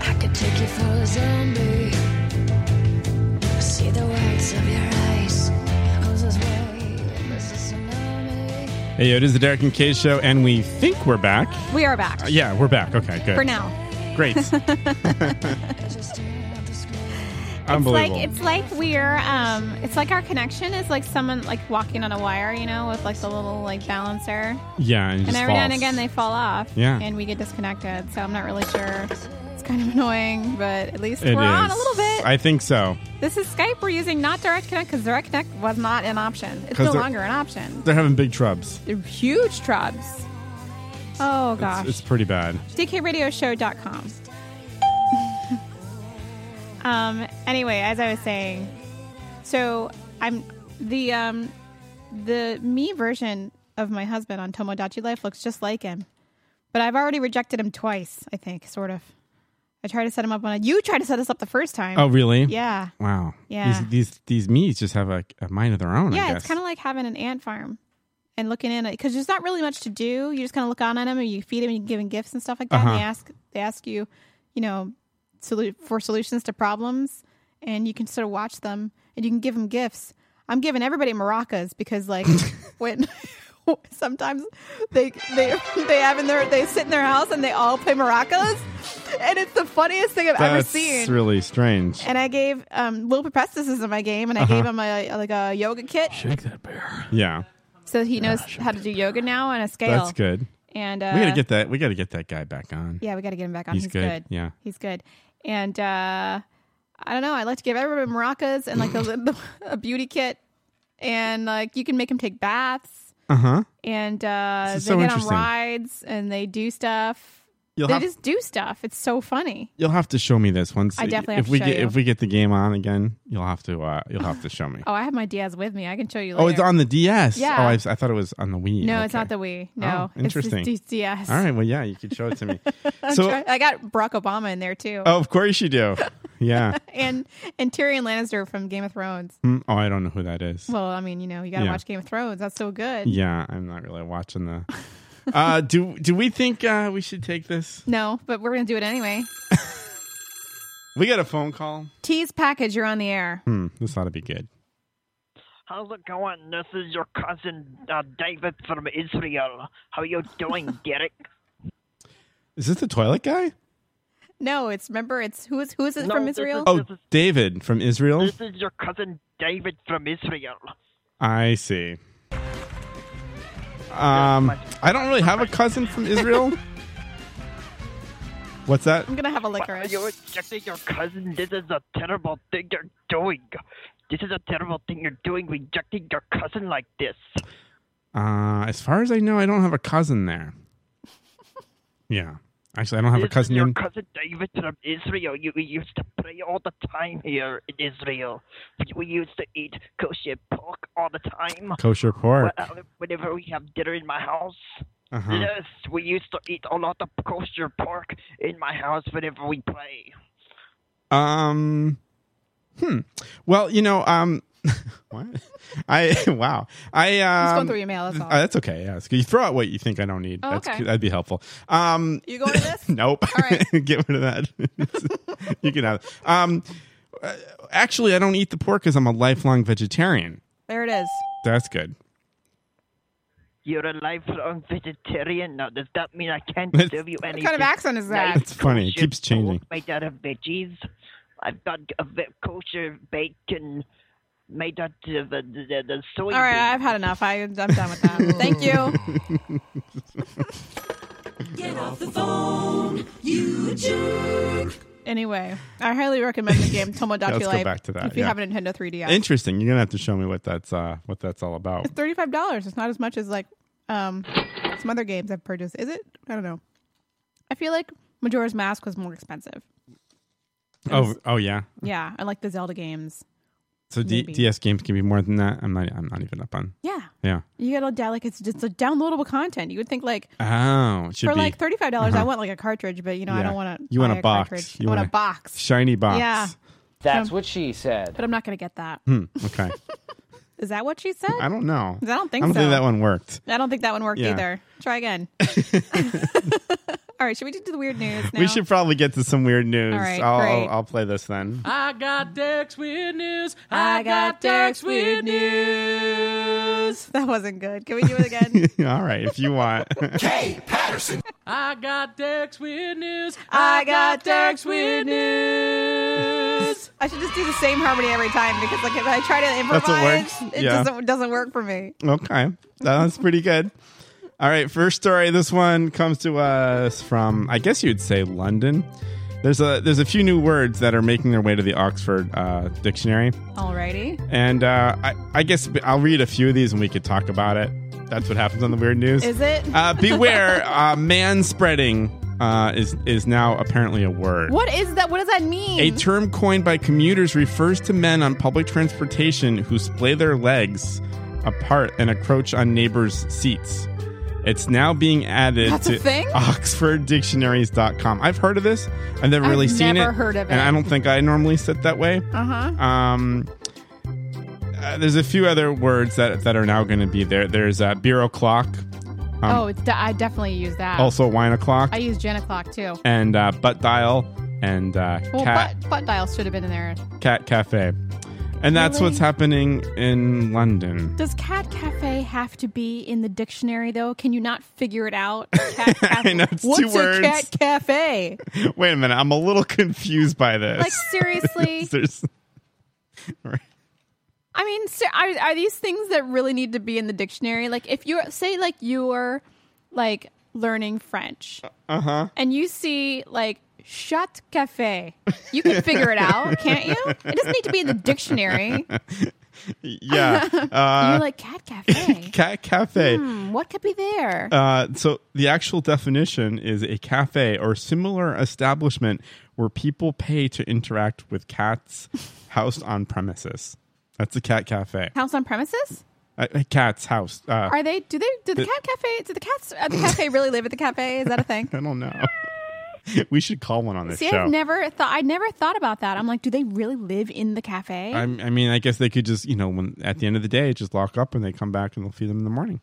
[SPEAKER 5] I could take you for a zombie. See the whites of your eyes. Goes this way, this is tsunami.
[SPEAKER 1] Hey, yo, it is The Derek and Kay Show, and we think we're back.
[SPEAKER 3] We are back.
[SPEAKER 1] Uh, yeah, we're back. Okay, good.
[SPEAKER 3] For now.
[SPEAKER 1] Great.
[SPEAKER 3] It's like
[SPEAKER 1] Unbelievable.
[SPEAKER 3] it's like we're um it's like our connection is like someone like walking on a wire, you know, with like the little like balancer.
[SPEAKER 1] yeah, and, it
[SPEAKER 3] And
[SPEAKER 1] just
[SPEAKER 3] every now and
[SPEAKER 1] falls.
[SPEAKER 3] again they fall off.
[SPEAKER 1] Yeah.
[SPEAKER 3] And we get disconnected. So I'm not really sure. It's kind of annoying, but at least
[SPEAKER 1] It
[SPEAKER 3] we're on
[SPEAKER 1] is.
[SPEAKER 3] a little bit.
[SPEAKER 1] I think so.
[SPEAKER 3] this is Skype we're using, not Direct Connect, because Direct Connect was not an option. It's
[SPEAKER 1] 'Cause
[SPEAKER 3] no
[SPEAKER 1] they're-
[SPEAKER 3] longer an option.
[SPEAKER 1] They're having big trubs.
[SPEAKER 3] They're huge trubs. Oh gosh.
[SPEAKER 1] It's pretty bad.
[SPEAKER 3] DKRadioshow.com. um, anyway, as I was saying, so I'm the um, the me version of my husband on Tomodachi Life looks just like him, but I've already rejected him twice. I think, sort of. I tried to set him up on a. You tried to set us up the first time.
[SPEAKER 1] Oh, really?
[SPEAKER 3] Yeah.
[SPEAKER 1] Wow.
[SPEAKER 3] Yeah.
[SPEAKER 1] These these, these me's just have a, a mind of their own. I
[SPEAKER 3] yeah,
[SPEAKER 1] guess.
[SPEAKER 3] it's kind of like having an ant farm and looking in because there's not really much to do. You just kind of look on at them and you feed them and you give them gifts and stuff like that. And they
[SPEAKER 1] Uh-huh.
[SPEAKER 3] ask they ask you, you know, solu- for solutions to problems, and you can sort of watch them and you can give them gifts. I'm giving everybody maracas because like when. Sometimes they they they have in their they sit in their house and they all play maracas, and it's the funniest thing I've ever
[SPEAKER 1] That's
[SPEAKER 3] seen.
[SPEAKER 1] really strange.
[SPEAKER 3] And I gave um, Lil Prepestis is in my game, and I
[SPEAKER 1] Uh-huh.
[SPEAKER 3] gave him a like a yoga kit.
[SPEAKER 1] Shake that bear. Yeah,
[SPEAKER 3] So he knows how to do yoga now on a scale.
[SPEAKER 1] Ah, that's good.
[SPEAKER 3] And uh,
[SPEAKER 1] we gotta get that. We gotta get that guy back on.
[SPEAKER 3] Yeah, we got to get him back on.
[SPEAKER 1] He's
[SPEAKER 3] He's, good.
[SPEAKER 1] good, yeah.
[SPEAKER 3] he's good. And uh, I don't know. I like to give everybody maracas and like a, little- a beauty kit, and like you can make them take baths,
[SPEAKER 1] Uh huh.
[SPEAKER 3] and uh,
[SPEAKER 1] This
[SPEAKER 3] they
[SPEAKER 1] is so
[SPEAKER 3] get on
[SPEAKER 1] interesting. Uh-huh.
[SPEAKER 3] rides and they do stuff.
[SPEAKER 1] You'll
[SPEAKER 3] they
[SPEAKER 1] have-
[SPEAKER 3] just do stuff. It's so funny.
[SPEAKER 1] You'll have to show me this once.
[SPEAKER 3] I definitely
[SPEAKER 1] if
[SPEAKER 3] have to
[SPEAKER 1] we
[SPEAKER 3] show
[SPEAKER 1] get
[SPEAKER 3] you.
[SPEAKER 1] if we get the game on again. You'll have to uh, you'll have to show me.
[SPEAKER 3] Oh, I have my Diaz with me. I can show you. Later.
[SPEAKER 1] oh, it's on the DS.
[SPEAKER 3] Yeah.
[SPEAKER 1] Oh, I, I thought it was on the Wii.
[SPEAKER 3] No, it's
[SPEAKER 1] Okay.
[SPEAKER 3] not the Wii. No,
[SPEAKER 1] Oh,
[SPEAKER 3] it's just
[SPEAKER 1] interesting.
[SPEAKER 3] Diaz.
[SPEAKER 1] All right. Well, yeah, you could show it to me.
[SPEAKER 3] I'm
[SPEAKER 1] so,
[SPEAKER 3] try- I got Barack Obama in there too.
[SPEAKER 1] oh, of course you do. Yeah.
[SPEAKER 3] and and Tyrion Lannister from Game of Thrones.
[SPEAKER 1] Mm, oh, I don't know who that is.
[SPEAKER 3] Well, I mean, you know, you got to
[SPEAKER 1] Yeah.
[SPEAKER 3] watch Game of Thrones. That's so good.
[SPEAKER 1] Yeah, I'm not really watching the. Uh, do do we think uh, we should take this?
[SPEAKER 3] No, but we're gonna do it anyway.
[SPEAKER 1] We got a phone call.
[SPEAKER 3] Tease package, you're on the air.
[SPEAKER 1] Hmm, this ought to be good.
[SPEAKER 14] How's it going? This is your cousin uh, David from Israel. How you doing, Derek?
[SPEAKER 1] Is this the toilet guy?
[SPEAKER 3] No, it's remember it's who is who is it
[SPEAKER 14] No,
[SPEAKER 3] from
[SPEAKER 14] this
[SPEAKER 3] Israel?
[SPEAKER 1] Oh, David from Israel.
[SPEAKER 14] This is your cousin David from Israel.
[SPEAKER 1] I see. Um, I don't really have a cousin from Israel. What's that?
[SPEAKER 3] I'm gonna have a
[SPEAKER 14] licorice. You're rejecting your cousin. This is a terrible thing you're doing. This is a terrible thing you're doing, rejecting your cousin like this.
[SPEAKER 1] Uh, as far as I know, I don't have a cousin there. Yeah, actually, I don't have a
[SPEAKER 14] This is
[SPEAKER 1] cousin
[SPEAKER 14] Your
[SPEAKER 1] named.
[SPEAKER 14] cousin David from Israel. You we used to pray all the time here in Israel. We- We used to eat kosher pork all the time.
[SPEAKER 1] Kosher pork.
[SPEAKER 14] Well, Whenever we have dinner in my house.
[SPEAKER 1] Uh-huh.
[SPEAKER 14] Yes, we used to eat a lot of kosher pork in my house whenever we play.
[SPEAKER 1] Um, hmm. Well, you know, um, what? I wow. I um,
[SPEAKER 3] just going through your mail, that's all.
[SPEAKER 1] uh, that's okay. Yeah, it's good. You throw out what you think I don't need.
[SPEAKER 3] Oh,
[SPEAKER 1] that's,
[SPEAKER 3] okay.
[SPEAKER 1] That'd be helpful. Um,
[SPEAKER 3] You going to this?
[SPEAKER 1] nope. Get rid of that. you can have. It. Um, uh, actually, I don't eat the pork because I'm a lifelong vegetarian.
[SPEAKER 3] There it is.
[SPEAKER 1] That's good.
[SPEAKER 14] You're a lifelong vegetarian now. Does that mean I can't
[SPEAKER 1] That's-
[SPEAKER 14] serve you anything?
[SPEAKER 3] kind of accent is that?
[SPEAKER 14] nice
[SPEAKER 1] It's funny. It keeps changing.
[SPEAKER 14] made out of veggies. I've got a ve- kosher bacon made out of the, the, the soybean.
[SPEAKER 3] All right, I've had enough. I, I'm done with that. Thank you.
[SPEAKER 15] Get off the phone, you jerk.
[SPEAKER 3] Anyway, I highly recommend the game Tomodachi
[SPEAKER 1] Yeah, let's
[SPEAKER 3] Life
[SPEAKER 1] go back to that.
[SPEAKER 3] if you
[SPEAKER 1] yeah.
[SPEAKER 3] have a Nintendo 3DS.
[SPEAKER 1] Interesting. You're gonna have to show me what that's uh, what that's all about.
[SPEAKER 3] It's thirty five dollars. It's not as much as like um some other games I've purchased. Is it? I don't know. I feel like Majora's Mask was more expensive.
[SPEAKER 1] Oh, oh yeah.
[SPEAKER 3] Yeah, I like the Zelda games.
[SPEAKER 1] So D-
[SPEAKER 3] Maybe.
[SPEAKER 1] DS games can be more than that. I'm not. I'm not even up on.
[SPEAKER 3] Yeah,
[SPEAKER 1] Yeah.
[SPEAKER 3] you get all down like it's just a downloadable content. You would think like
[SPEAKER 1] Oh, it should
[SPEAKER 3] for
[SPEAKER 1] be
[SPEAKER 3] like thirty five dollars, I
[SPEAKER 1] Uh-huh.
[SPEAKER 3] want like a cartridge, but you know I
[SPEAKER 1] Yeah.
[SPEAKER 3] don't want to.
[SPEAKER 1] You want
[SPEAKER 3] buy
[SPEAKER 1] a box.
[SPEAKER 3] cartridge.
[SPEAKER 1] You
[SPEAKER 3] I want
[SPEAKER 1] want
[SPEAKER 3] a box.
[SPEAKER 1] shiny box.
[SPEAKER 3] Yeah,
[SPEAKER 16] That's
[SPEAKER 3] Um,
[SPEAKER 16] what she said.
[SPEAKER 3] but I'm not gonna get that.
[SPEAKER 1] Hmm, okay.
[SPEAKER 3] Is that what she said?
[SPEAKER 1] I don't know.
[SPEAKER 3] I don't think
[SPEAKER 1] I don't
[SPEAKER 3] so.
[SPEAKER 1] think that one worked.
[SPEAKER 3] I don't think that one worked
[SPEAKER 1] Yeah.
[SPEAKER 3] either. Try again. all right, should we do the weird news? Now?
[SPEAKER 1] We should probably get to some weird news.
[SPEAKER 3] All right,
[SPEAKER 1] I'll, I'll
[SPEAKER 3] great.
[SPEAKER 1] I'll play this then.
[SPEAKER 13] I got Derek's weird news.
[SPEAKER 3] I got Derek's weird news. That wasn't good. Can we do it again?
[SPEAKER 1] All right, if you want.
[SPEAKER 13] Patterson. I got Derek's weird news.
[SPEAKER 3] I got Derek's weird news. I should just do the same harmony every time because like if I try to
[SPEAKER 1] That's what
[SPEAKER 3] improvise,
[SPEAKER 1] works.
[SPEAKER 3] it
[SPEAKER 1] Yeah.
[SPEAKER 3] doesn't doesn't work for me.
[SPEAKER 1] Okay, that's pretty good. All right, first story. This one comes to us from, I guess you'd say London. There's a there's a few new words that are making their way to the Oxford uh, Dictionary,
[SPEAKER 3] Alrighty.
[SPEAKER 1] and uh, I, I guess I'll read a few of these and we could talk about it. That's what happens on the weird news.
[SPEAKER 3] Is it?
[SPEAKER 1] Uh, beware, uh, man spreading uh, is is now apparently a word.
[SPEAKER 3] What is that? What does that mean?
[SPEAKER 1] A term coined by commuters refers to men on public transportation who splay their legs apart and encroach on neighbors' seats. It's now being added
[SPEAKER 3] That's a
[SPEAKER 1] to
[SPEAKER 3] thing?
[SPEAKER 1] oxforddictionaries.com. I've heard of this. I've never
[SPEAKER 3] I've
[SPEAKER 1] really seen it.
[SPEAKER 3] never heard of
[SPEAKER 1] And
[SPEAKER 3] it.
[SPEAKER 1] I don't think I normally sit that way.
[SPEAKER 3] Uh-huh.
[SPEAKER 1] Um, uh, there's a few other words that, that are now going to be there. There's uh, beer o'clock, um,
[SPEAKER 3] oh, it's de- I definitely use that.
[SPEAKER 1] also wine o'clock,
[SPEAKER 3] I use Jan o'clock too.
[SPEAKER 1] and uh, butt dial, and uh,
[SPEAKER 3] Well,
[SPEAKER 1] cat.
[SPEAKER 3] butt, butt dial should have been in there.
[SPEAKER 1] Cat Cafe. And that's
[SPEAKER 3] Really?
[SPEAKER 1] what's happening in London.
[SPEAKER 3] Does cat cafe have to be in the dictionary though? Can you not figure it out? Cat cafe.
[SPEAKER 1] I know it's
[SPEAKER 3] What's
[SPEAKER 1] two words.
[SPEAKER 3] a cat cafe?
[SPEAKER 1] Wait a minute, I'm a little confused by this.
[SPEAKER 3] Like seriously?
[SPEAKER 1] There's-
[SPEAKER 3] I mean, so are, are these things that really need to be in the dictionary? Like, if you say like you're like learning French,
[SPEAKER 1] Uh-huh.
[SPEAKER 3] and you see like chat cafe, you can figure it out, can't you? It doesn't need to be in the dictionary.
[SPEAKER 1] yeah. Uh,
[SPEAKER 3] you're like cat cafe.
[SPEAKER 1] Cat Cafe.
[SPEAKER 3] Hmm, what could be there?
[SPEAKER 1] Uh, so the actual definition is a cafe or similar establishment where people pay to interact with cats housed on premises. That's a cat cafe.
[SPEAKER 3] House on premises?
[SPEAKER 1] A, a cat's house. Uh,
[SPEAKER 3] Are they? Do they? Do the
[SPEAKER 1] the-
[SPEAKER 3] cat cafe? Do the cats at the cafe really live at the cafe? Is that a thing?
[SPEAKER 1] I don't know. we should call one on this
[SPEAKER 3] See,
[SPEAKER 1] show.
[SPEAKER 3] I've never thought. I never thought about that. I'm like, do they really live in the cafe?
[SPEAKER 1] I, I mean, I guess they could just, you know, when at the end of the day, just lock up and they come back and they'll feed them in the morning.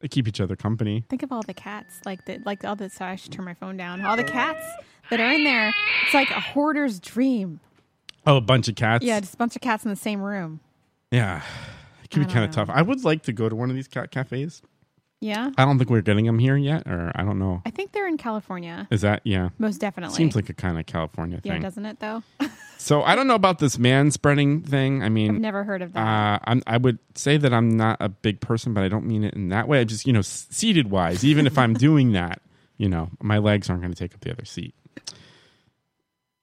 [SPEAKER 1] They keep each other company.
[SPEAKER 3] Think of all the cats, like the like all the. Sorry, I should turn my phone down. All the cats that are in there. It's like a hoarder's dream.
[SPEAKER 1] Oh, a bunch of cats.
[SPEAKER 3] yeah, just a bunch of cats in the same room.
[SPEAKER 1] Yeah, it can be kind of tough. I would like to go to one of these cat cafes.
[SPEAKER 3] Yeah.
[SPEAKER 1] I don't think we're getting them here yet, or I don't know.
[SPEAKER 3] I think they're in California.
[SPEAKER 1] Is that yeah?
[SPEAKER 3] Most definitely.
[SPEAKER 1] Seems like a kind of California
[SPEAKER 3] yeah,
[SPEAKER 1] thing. Um,
[SPEAKER 3] doesn't it though?
[SPEAKER 1] So I don't know about this man spreading thing. I mean,
[SPEAKER 3] I've never heard of that.
[SPEAKER 1] Uh, I'm, I would say that I'm not a big person, but I don't mean it in that way. I just, you know, s- seated wise, even if I'm doing that, you know, my legs aren't going to take up the other seat.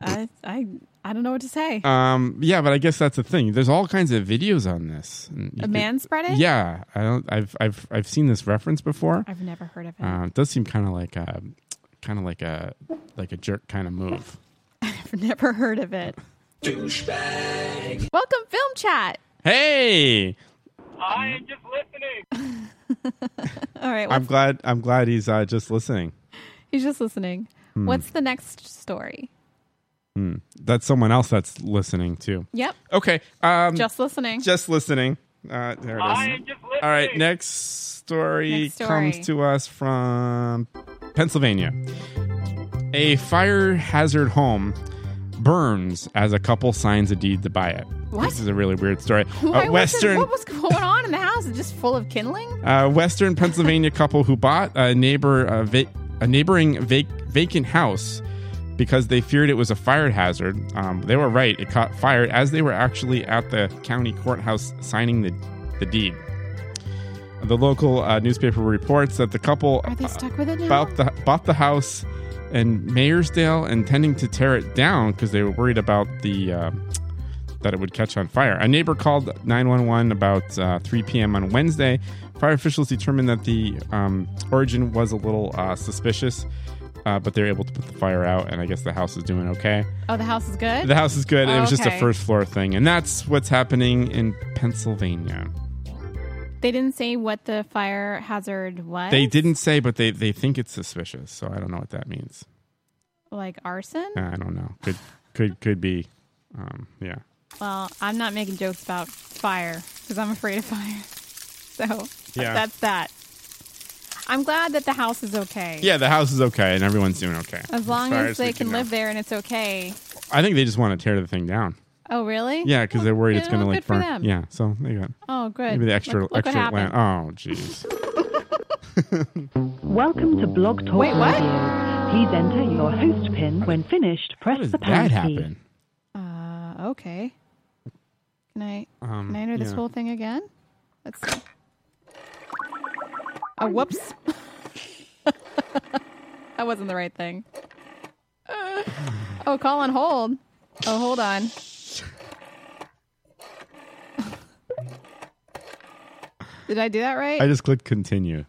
[SPEAKER 3] I, I I don't know what to say.
[SPEAKER 1] Um, yeah, but I guess that's the thing. There's all kinds of videos on this. And you
[SPEAKER 3] a
[SPEAKER 1] could-
[SPEAKER 3] man spreading?
[SPEAKER 1] Yeah, I don't. I've I've I've seen this reference before.
[SPEAKER 3] I've never heard of it.
[SPEAKER 1] Uh, it does seem kind of like a, kind of like a, like a jerk kind of move.
[SPEAKER 3] I've never heard of it.
[SPEAKER 1] Douchebag.
[SPEAKER 3] Welcome, film chat.
[SPEAKER 1] Hey,
[SPEAKER 13] I am just listening.
[SPEAKER 3] All right,
[SPEAKER 1] I'm
[SPEAKER 3] what's-
[SPEAKER 1] glad. I'm glad he's uh, just listening.
[SPEAKER 3] he's just listening.
[SPEAKER 1] Hmm.
[SPEAKER 3] What's the next story?
[SPEAKER 1] Hmm. That's someone else that's listening too.
[SPEAKER 3] Yep.
[SPEAKER 1] Okay. Um,
[SPEAKER 3] Just listening.
[SPEAKER 1] Just listening. Uh, there it is.
[SPEAKER 3] I am just
[SPEAKER 1] All right. Next story,
[SPEAKER 3] Next story.
[SPEAKER 1] comes to us from Pennsylvania. A fire hazard home burns as a couple signs a deed to buy it.
[SPEAKER 3] What?
[SPEAKER 1] This is a really weird story.
[SPEAKER 3] Why was
[SPEAKER 1] A
[SPEAKER 3] it-
[SPEAKER 1] Uh, Western.
[SPEAKER 3] what was going on in the house? It's Just full of kindling?
[SPEAKER 1] A Western Pennsylvania couple who bought a neighbor a, va- a neighboring vac- vacant house because they feared it was a fire hazard. Um, they were right; it caught fire as they were actually at the county courthouse signing the the deed. The local uh, newspaper reports that the couple
[SPEAKER 3] Are they stuck with it now?
[SPEAKER 1] bought the bought the house in Mayorsdale, intending to tear it down because they were worried about the uh, that it would catch on fire. A neighbor called 911 about uh, 3 p.m. on Wednesday. Fire officials determined that the um, origin was a little uh, suspicious, uh, but they were able to put the fire out, and I guess the house is doing okay.
[SPEAKER 3] Oh, the house is good.
[SPEAKER 1] The house is good. It was just a
[SPEAKER 3] Okay.
[SPEAKER 1] first floor thing, and that's what's happening in Pennsylvania.
[SPEAKER 3] They didn't say what the fire hazard was.
[SPEAKER 1] They didn't say, but they they think it's suspicious, so I don't know what that means.
[SPEAKER 3] like arson.
[SPEAKER 1] I don't know. Could could could be. Um, yeah.
[SPEAKER 3] Well, I'm not making jokes about fire because I'm afraid of fire. So
[SPEAKER 1] Yeah.
[SPEAKER 3] that's that. I'm glad that the house is okay.
[SPEAKER 1] Yeah, the house is okay, and everyone's doing okay.
[SPEAKER 3] As long
[SPEAKER 1] far
[SPEAKER 3] as,
[SPEAKER 1] as we
[SPEAKER 3] they
[SPEAKER 1] can
[SPEAKER 3] can live there and it's okay.
[SPEAKER 1] I think they just want to tear the thing down.
[SPEAKER 3] Oh, really?
[SPEAKER 1] Yeah, because they're worried it's
[SPEAKER 3] yeah,
[SPEAKER 1] going to
[SPEAKER 3] well,
[SPEAKER 1] like
[SPEAKER 3] good for
[SPEAKER 1] burn.
[SPEAKER 3] them.
[SPEAKER 1] Yeah, so there you go.
[SPEAKER 3] Oh, good.
[SPEAKER 1] Maybe the extra
[SPEAKER 3] Look- look what
[SPEAKER 1] extra land.
[SPEAKER 3] happened.
[SPEAKER 1] Oh, jeez.
[SPEAKER 2] Welcome to Blog Talk
[SPEAKER 3] Wait, what?
[SPEAKER 2] Radio. Please enter your host pin. When finished, press the
[SPEAKER 1] that
[SPEAKER 2] pound key.
[SPEAKER 1] happen?
[SPEAKER 3] Uh, okay. Can I,
[SPEAKER 1] Um,
[SPEAKER 3] can I enter this
[SPEAKER 1] yeah.
[SPEAKER 3] whole thing again? Let's see. Oh, whoops. that wasn't the right thing. Uh, oh, call on hold. Oh, hold on. Did I do that right?
[SPEAKER 1] I just clicked continue.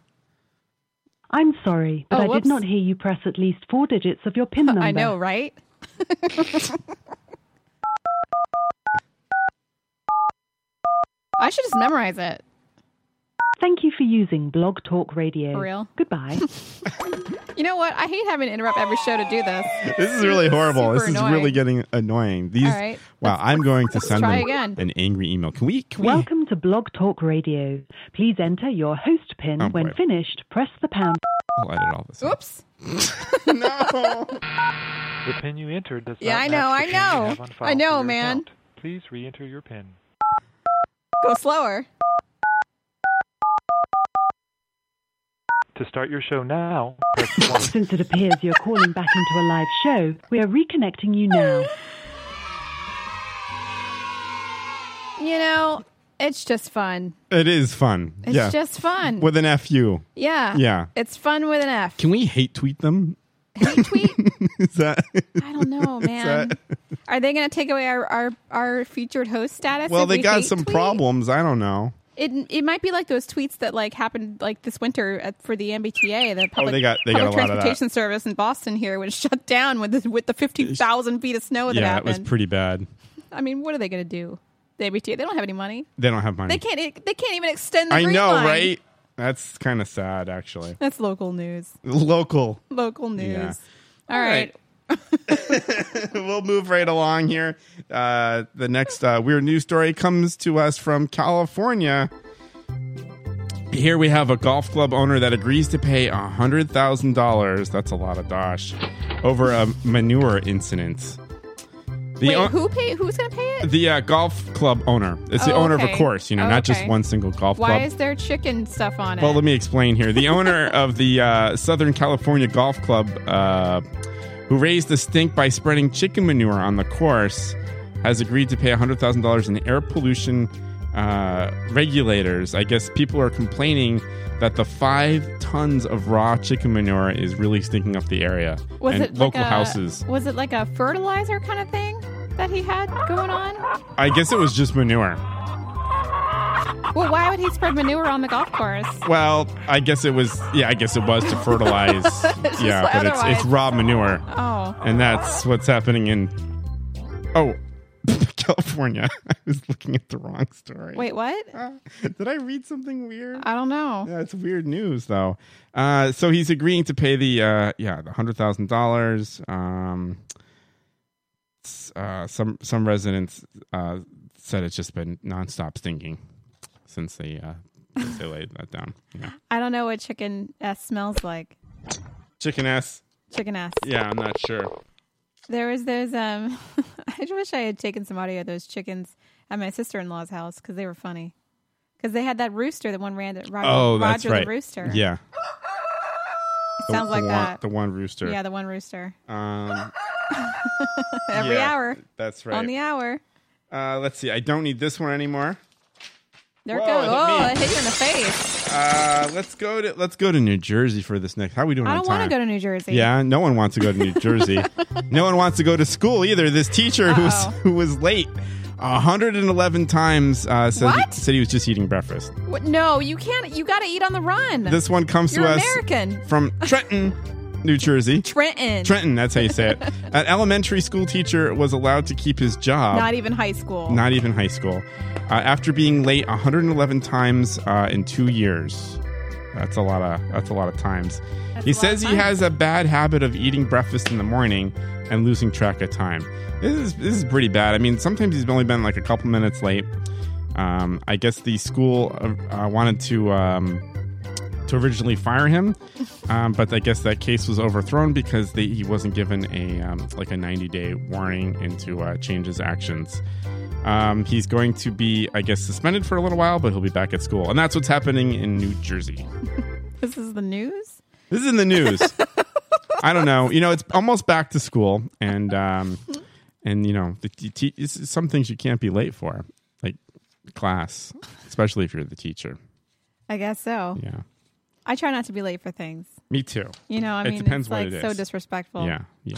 [SPEAKER 2] I'm sorry,
[SPEAKER 3] Oh,
[SPEAKER 2] but I did
[SPEAKER 3] whoops.
[SPEAKER 2] not hear you press at least four digits of your PIN number.
[SPEAKER 3] I know, right? I should just memorize it.
[SPEAKER 2] Thank you for using Blog Talk Radio.
[SPEAKER 3] For real?
[SPEAKER 2] Goodbye.
[SPEAKER 3] You know what? I hate having to interrupt every show to do this.
[SPEAKER 1] This is really horrible.
[SPEAKER 3] Super
[SPEAKER 1] This is
[SPEAKER 3] annoying.
[SPEAKER 1] really getting annoying. These.
[SPEAKER 3] All right.
[SPEAKER 1] Wow, I'm going to
[SPEAKER 3] let's
[SPEAKER 1] send
[SPEAKER 3] try
[SPEAKER 1] them
[SPEAKER 3] again.
[SPEAKER 1] an angry email. Can we? Can we?
[SPEAKER 2] Welcome to Blog Talk Radio. Please enter your host PIN.
[SPEAKER 1] Oh,
[SPEAKER 2] when
[SPEAKER 1] boy.
[SPEAKER 2] finished, press the pound.
[SPEAKER 1] I'll edit all this.
[SPEAKER 3] Oops. no.
[SPEAKER 6] The pin you entered does
[SPEAKER 3] Yeah,
[SPEAKER 6] not
[SPEAKER 3] I know,
[SPEAKER 6] match
[SPEAKER 3] I
[SPEAKER 6] the pin you
[SPEAKER 3] know.
[SPEAKER 6] have on
[SPEAKER 3] I
[SPEAKER 6] file for
[SPEAKER 3] know,
[SPEAKER 6] your
[SPEAKER 3] man.
[SPEAKER 6] account. Please re-enter your pin.
[SPEAKER 3] Go slower.
[SPEAKER 6] To start your show now, press 1.
[SPEAKER 2] Since it appears you're calling back into a live show, we are reconnecting you now.
[SPEAKER 3] You know, it's just fun.
[SPEAKER 1] It is fun.
[SPEAKER 3] It's
[SPEAKER 1] yeah.
[SPEAKER 3] just Uh, fun.
[SPEAKER 1] With an fu.
[SPEAKER 3] yeah.
[SPEAKER 1] Yeah.
[SPEAKER 3] It's fun with an F.
[SPEAKER 1] Can we hate tweet them? Hate tweet? is that?
[SPEAKER 3] I don't know, man. Are they going to take away our, our, our featured host status?
[SPEAKER 1] well,
[SPEAKER 3] if
[SPEAKER 1] they
[SPEAKER 3] we
[SPEAKER 1] got
[SPEAKER 3] hate
[SPEAKER 1] some
[SPEAKER 3] tweet?
[SPEAKER 1] problems. I don't know.
[SPEAKER 3] It it might be like those tweets that like happened like this winter at, for the MBTA, the public,
[SPEAKER 1] Oh, they got- they
[SPEAKER 3] public
[SPEAKER 1] got a lot of that.
[SPEAKER 3] transportation service in Boston here was shut down with the, with the fifteen thousand feet of snow that
[SPEAKER 1] yeah, that
[SPEAKER 3] happened.
[SPEAKER 1] was pretty bad.
[SPEAKER 3] I mean, what are they going to do? The MBTA, they don't have any money.
[SPEAKER 1] They don't have money.
[SPEAKER 3] They can't. e, They can't even extend the.
[SPEAKER 1] I
[SPEAKER 3] green
[SPEAKER 1] know,
[SPEAKER 3] line.
[SPEAKER 1] right? That's kind of sad, actually.
[SPEAKER 3] That's local news.
[SPEAKER 1] Local.
[SPEAKER 3] Local news.
[SPEAKER 1] Yeah.
[SPEAKER 3] All right.
[SPEAKER 1] we'll move right along here. Uh, the next uh, weird news story comes to us from California. Here we have a golf club owner that agrees to pay $100,000. That's a lot of dosh. Over a manure incident. The
[SPEAKER 3] Wait,
[SPEAKER 1] o-
[SPEAKER 3] who pay? Who's gonna pay it?
[SPEAKER 1] The uh, golf club owner. It's the
[SPEAKER 3] Oh,
[SPEAKER 1] owner of
[SPEAKER 3] okay.
[SPEAKER 1] a course, you know,
[SPEAKER 3] Oh,
[SPEAKER 1] not just
[SPEAKER 3] okay.
[SPEAKER 1] one single golf
[SPEAKER 3] Why
[SPEAKER 1] club.
[SPEAKER 3] is there chicken stuff on
[SPEAKER 1] Well,
[SPEAKER 3] it?
[SPEAKER 1] let me explain here. The owner of the uh, Southern California Golf Club, uh, who raised the stink by spreading chicken manure on the course, has agreed to pay $100,000 in air pollution uh, regulators. I guess people are complaining that the five tons of raw chicken manure is really stinking up the area
[SPEAKER 3] was
[SPEAKER 1] and
[SPEAKER 3] it
[SPEAKER 1] local
[SPEAKER 3] like a,
[SPEAKER 1] houses.
[SPEAKER 3] Was it like a fertilizer kind of thing that he had going on?
[SPEAKER 1] I guess it was just manure.
[SPEAKER 3] Well, why would he spread manure on the golf course?
[SPEAKER 1] Well, I guess it was. Yeah, I guess it was to fertilize.
[SPEAKER 3] It's just
[SPEAKER 1] yeah,
[SPEAKER 3] like
[SPEAKER 1] but it's it's
[SPEAKER 3] otherwise-
[SPEAKER 1] raw manure.
[SPEAKER 3] Oh.
[SPEAKER 1] and that's what's happening in. Oh, California. I was looking at the wrong story.
[SPEAKER 3] Wait, what?
[SPEAKER 1] Did I read something weird?
[SPEAKER 3] I don't know.
[SPEAKER 1] Yeah, it's weird news though. Uh, so he's agreeing to pay the uh, yeah the hundred thousand dollars. Um, s- uh, some some residents uh, said it's just been nonstop stinking since they uh, since they laid that down. Yeah.
[SPEAKER 3] I don't know what chicken ass smells like.
[SPEAKER 1] Chicken ass.
[SPEAKER 3] Chicken ass.
[SPEAKER 1] Yeah, I'm not sure.
[SPEAKER 3] There was those. Um, I wish I had taken some audio of those chickens at my sister in law's house because they were funny. Because they had that rooster, the one ran that Roger,
[SPEAKER 1] oh, that's
[SPEAKER 3] Roger
[SPEAKER 1] right.
[SPEAKER 3] the rooster.
[SPEAKER 1] Yeah.
[SPEAKER 3] it
[SPEAKER 1] The-
[SPEAKER 3] sounds
[SPEAKER 1] the
[SPEAKER 3] like
[SPEAKER 1] one-
[SPEAKER 3] that.
[SPEAKER 1] The one rooster.
[SPEAKER 3] Yeah, the one rooster.
[SPEAKER 1] Um,
[SPEAKER 3] Every
[SPEAKER 1] Yeah,
[SPEAKER 3] hour.
[SPEAKER 1] that's
[SPEAKER 3] On
[SPEAKER 1] right.
[SPEAKER 3] the hour.
[SPEAKER 1] uh, let's see. I don't need this one anymore.
[SPEAKER 3] There
[SPEAKER 1] Whoa,
[SPEAKER 3] it goes.
[SPEAKER 1] it hit
[SPEAKER 3] Oh,
[SPEAKER 1] me.
[SPEAKER 3] it hit you in the face.
[SPEAKER 1] Uh, let's go to let's go to New Jersey for this next. How are we doing?
[SPEAKER 3] I
[SPEAKER 1] on
[SPEAKER 3] don't want
[SPEAKER 1] time?
[SPEAKER 3] to go to New Jersey.
[SPEAKER 1] Yeah, no one wants to go to New Jersey. no one wants to go to school either. This teacher who was,
[SPEAKER 3] Uh-oh.
[SPEAKER 1] who was late 111 times uh, said,
[SPEAKER 3] What?
[SPEAKER 1] said he was just eating breakfast.
[SPEAKER 3] What? No, you can't. You got to eat on the run.
[SPEAKER 1] This one comes
[SPEAKER 3] You're
[SPEAKER 1] to us
[SPEAKER 3] American.
[SPEAKER 1] from Trenton, New Jersey.
[SPEAKER 3] Trenton.
[SPEAKER 1] Trenton, that's how you say it. An elementary school teacher was allowed to keep his job.
[SPEAKER 3] Not even high school.
[SPEAKER 1] Not even high school. Uh, after being late 111 times uh, in two years, that's a lot of that's a lot of times.
[SPEAKER 3] That's
[SPEAKER 1] he
[SPEAKER 3] a lot
[SPEAKER 1] says
[SPEAKER 3] of
[SPEAKER 1] he
[SPEAKER 3] time.
[SPEAKER 1] has a bad habit of eating breakfast in the morning and losing track of time. This is this is pretty bad. I mean, sometimes he's only been like a couple minutes late. Um, I guess the school uh, uh, wanted to um, to originally fire him, um, but I guess that case was overthrown because they, he wasn't given a um, like a 90 day warning and to uh, change his actions. Um, he's going to be, I guess, suspended for a little while, but he'll be back at school, and that's what's happening in New Jersey.
[SPEAKER 3] This is the news.
[SPEAKER 1] This is in the news. I don't know. You know, it's almost back to school, and um, and you know, the t- t- it's some things you can't be late for, like class, especially if you're the teacher.
[SPEAKER 3] I guess so.
[SPEAKER 1] Yeah,
[SPEAKER 3] I try not to be late for things.
[SPEAKER 1] me too.
[SPEAKER 3] You know, I
[SPEAKER 1] it
[SPEAKER 3] mean,
[SPEAKER 1] depends
[SPEAKER 3] it's
[SPEAKER 1] what
[SPEAKER 3] like
[SPEAKER 1] it is.
[SPEAKER 3] so disrespectful.
[SPEAKER 1] Yeah, yeah,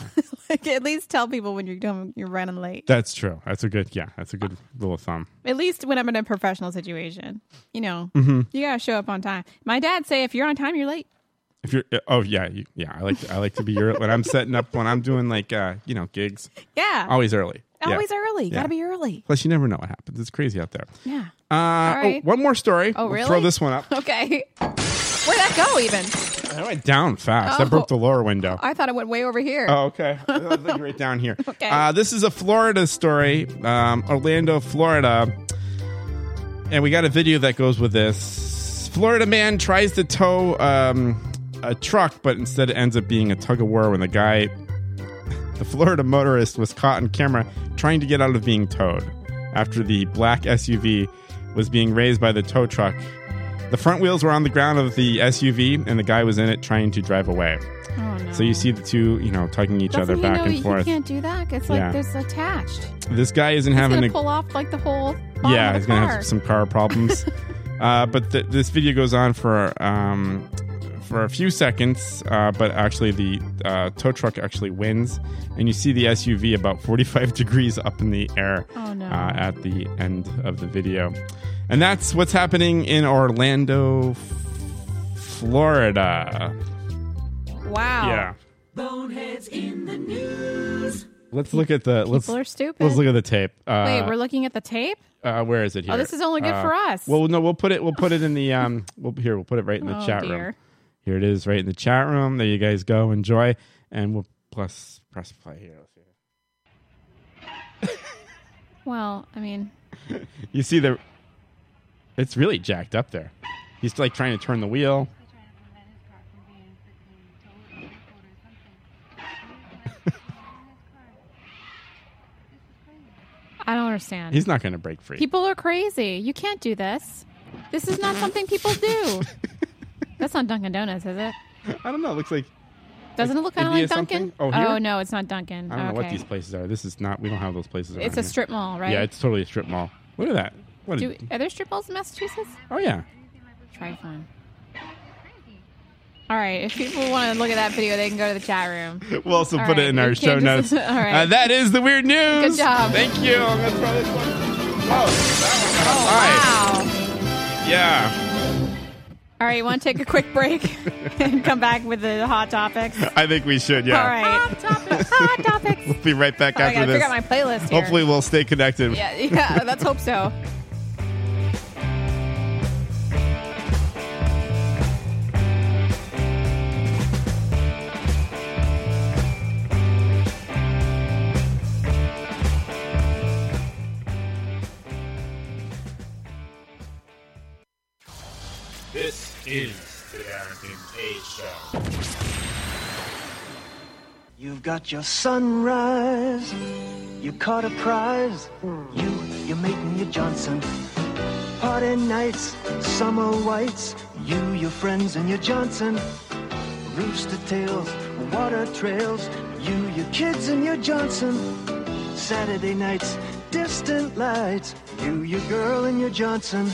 [SPEAKER 3] like, at least tell people when you're doing, you're running late.
[SPEAKER 1] that's true. That's a good. Yeah, that's a good rule of thumb.
[SPEAKER 3] At least when I'm in a professional situation, you know,
[SPEAKER 1] Mhm.
[SPEAKER 3] you gotta show up on time. My dad say if you're on time, you're late.
[SPEAKER 1] If you're, oh yeah, you, yeah, I like I like to be your when I'm setting up when I'm doing like uh, you know gigs.
[SPEAKER 3] Yeah.
[SPEAKER 1] always early. Oh, Yeah.
[SPEAKER 3] Always early.
[SPEAKER 1] Yeah.
[SPEAKER 3] Gotta be early.
[SPEAKER 1] Plus, you never know what happens. It's crazy out there.
[SPEAKER 3] Yeah.
[SPEAKER 1] Uh, oh,
[SPEAKER 3] right.
[SPEAKER 1] one more story.
[SPEAKER 3] Oh,
[SPEAKER 1] We'll
[SPEAKER 3] really?
[SPEAKER 1] throw this one up.
[SPEAKER 3] Okay. Where'd that go? Even
[SPEAKER 1] That went down fast. That
[SPEAKER 3] Oh.
[SPEAKER 1] broke the lower window.
[SPEAKER 3] I thought it went way over here.
[SPEAKER 1] Oh, okay. I was looking right down here.
[SPEAKER 3] Okay.
[SPEAKER 1] Uh, this is a Florida story, um, Orlando, Florida. And we got a video that goes with this. Florida man tries to tow um, a truck, but instead it ends up being a tug of war when the guy, the Florida motorist, was caught on camera trying to get out of being towed after the black SUV was being raised by the tow truck. The front wheels were on the ground of the SUV, and the guy was in it trying to drive away.
[SPEAKER 3] Oh, no.
[SPEAKER 1] So you see the two, you know, tugging each
[SPEAKER 3] Doesn't
[SPEAKER 1] other
[SPEAKER 3] he
[SPEAKER 1] back
[SPEAKER 3] know
[SPEAKER 1] and
[SPEAKER 3] he
[SPEAKER 1] forth.
[SPEAKER 3] can't do that. It's like
[SPEAKER 1] Yeah.
[SPEAKER 3] there's attached.
[SPEAKER 1] This guy isn't
[SPEAKER 3] He's
[SPEAKER 1] having
[SPEAKER 3] gonna
[SPEAKER 1] a
[SPEAKER 3] pull off like the whole. bottom
[SPEAKER 1] yeah,
[SPEAKER 3] of the
[SPEAKER 1] he's gonna
[SPEAKER 3] car.
[SPEAKER 1] have some car problems. uh, but th- this video goes on for um, for a few seconds, uh, but actually the uh, tow truck actually wins, and you see the SUV about 45 degrees up in the air
[SPEAKER 3] Oh, no.
[SPEAKER 1] uh, at the end of the video, and that's what's happening in Orlando, F- Florida.
[SPEAKER 3] Wow.
[SPEAKER 1] Yeah.
[SPEAKER 15] Boneheads in the news.
[SPEAKER 1] Let's look at the let's
[SPEAKER 3] People are stupid.
[SPEAKER 1] let's look at the tape. Uh,
[SPEAKER 3] Wait, we're looking at the tape.
[SPEAKER 1] Uh, where is it here?
[SPEAKER 3] Oh, this is only good
[SPEAKER 1] Uh,
[SPEAKER 3] for us.
[SPEAKER 1] Well, no, we'll put it. We'll put it in the um. We'll here. We'll put it right in the
[SPEAKER 3] Oh,
[SPEAKER 1] chat room.
[SPEAKER 3] dear.
[SPEAKER 1] Here it is, right in the chat room. There you guys go. Enjoy, and we'll plus press play here. Let's see.
[SPEAKER 3] Well, I mean,
[SPEAKER 1] You see the. It's really jacked up there. He's like trying to turn the wheel.
[SPEAKER 3] I don't understand.
[SPEAKER 1] He's not going to break free.
[SPEAKER 3] People are crazy. You can't do this. This is not something people do. That's not Dunkin' Donuts, is it?
[SPEAKER 1] I don't know. It looks like
[SPEAKER 3] Doesn't it look kind of
[SPEAKER 1] India
[SPEAKER 3] like Dunkin'?
[SPEAKER 1] something? Oh, here?
[SPEAKER 3] no, it's not Dunkin'.
[SPEAKER 1] I don't know
[SPEAKER 3] okay.
[SPEAKER 1] what these places are. This is not. We don't have those places.
[SPEAKER 3] It's
[SPEAKER 1] around
[SPEAKER 3] a
[SPEAKER 1] here.
[SPEAKER 3] strip mall, right?
[SPEAKER 1] Yeah, it's totally a strip mall. Look at that. What?
[SPEAKER 3] do,
[SPEAKER 1] a,
[SPEAKER 3] are there strip malls in Massachusetts?
[SPEAKER 1] oh yeah.
[SPEAKER 3] Try fun. All right, if people want to look at that video, they can go to the chat room.
[SPEAKER 1] We'll also
[SPEAKER 3] All
[SPEAKER 1] put
[SPEAKER 3] right,
[SPEAKER 1] it in
[SPEAKER 3] we
[SPEAKER 1] our
[SPEAKER 3] can't
[SPEAKER 1] show
[SPEAKER 3] just-
[SPEAKER 1] notes.
[SPEAKER 3] all right.
[SPEAKER 1] Uh, that is the weird news.
[SPEAKER 3] Good job.
[SPEAKER 1] Thank you. I'm gonna throw this one. Oh, that
[SPEAKER 3] one.
[SPEAKER 1] wow. Yeah.
[SPEAKER 3] All right, you want to take a quick break and come back with the hot topics?
[SPEAKER 1] I think we should. Yeah.
[SPEAKER 3] All right. Hot topics. Hot topics.
[SPEAKER 1] We'll be right back
[SPEAKER 3] I
[SPEAKER 1] after
[SPEAKER 3] gotta
[SPEAKER 1] this.
[SPEAKER 3] figure out my playlist here.
[SPEAKER 1] Hopefully, we'll stay connected.
[SPEAKER 3] Yeah, yeah. Let's hope so.
[SPEAKER 4] This is the Darrington A Show.
[SPEAKER 16] You've got your sunrise. You caught a prize. You, you're making your Johnson. Party nights, summer whites. You, your friends, and your Johnson. Rooster tails, water trails. You, your kids, and your Johnson. Saturday nights, distant lights. You, your girl, and your Johnson.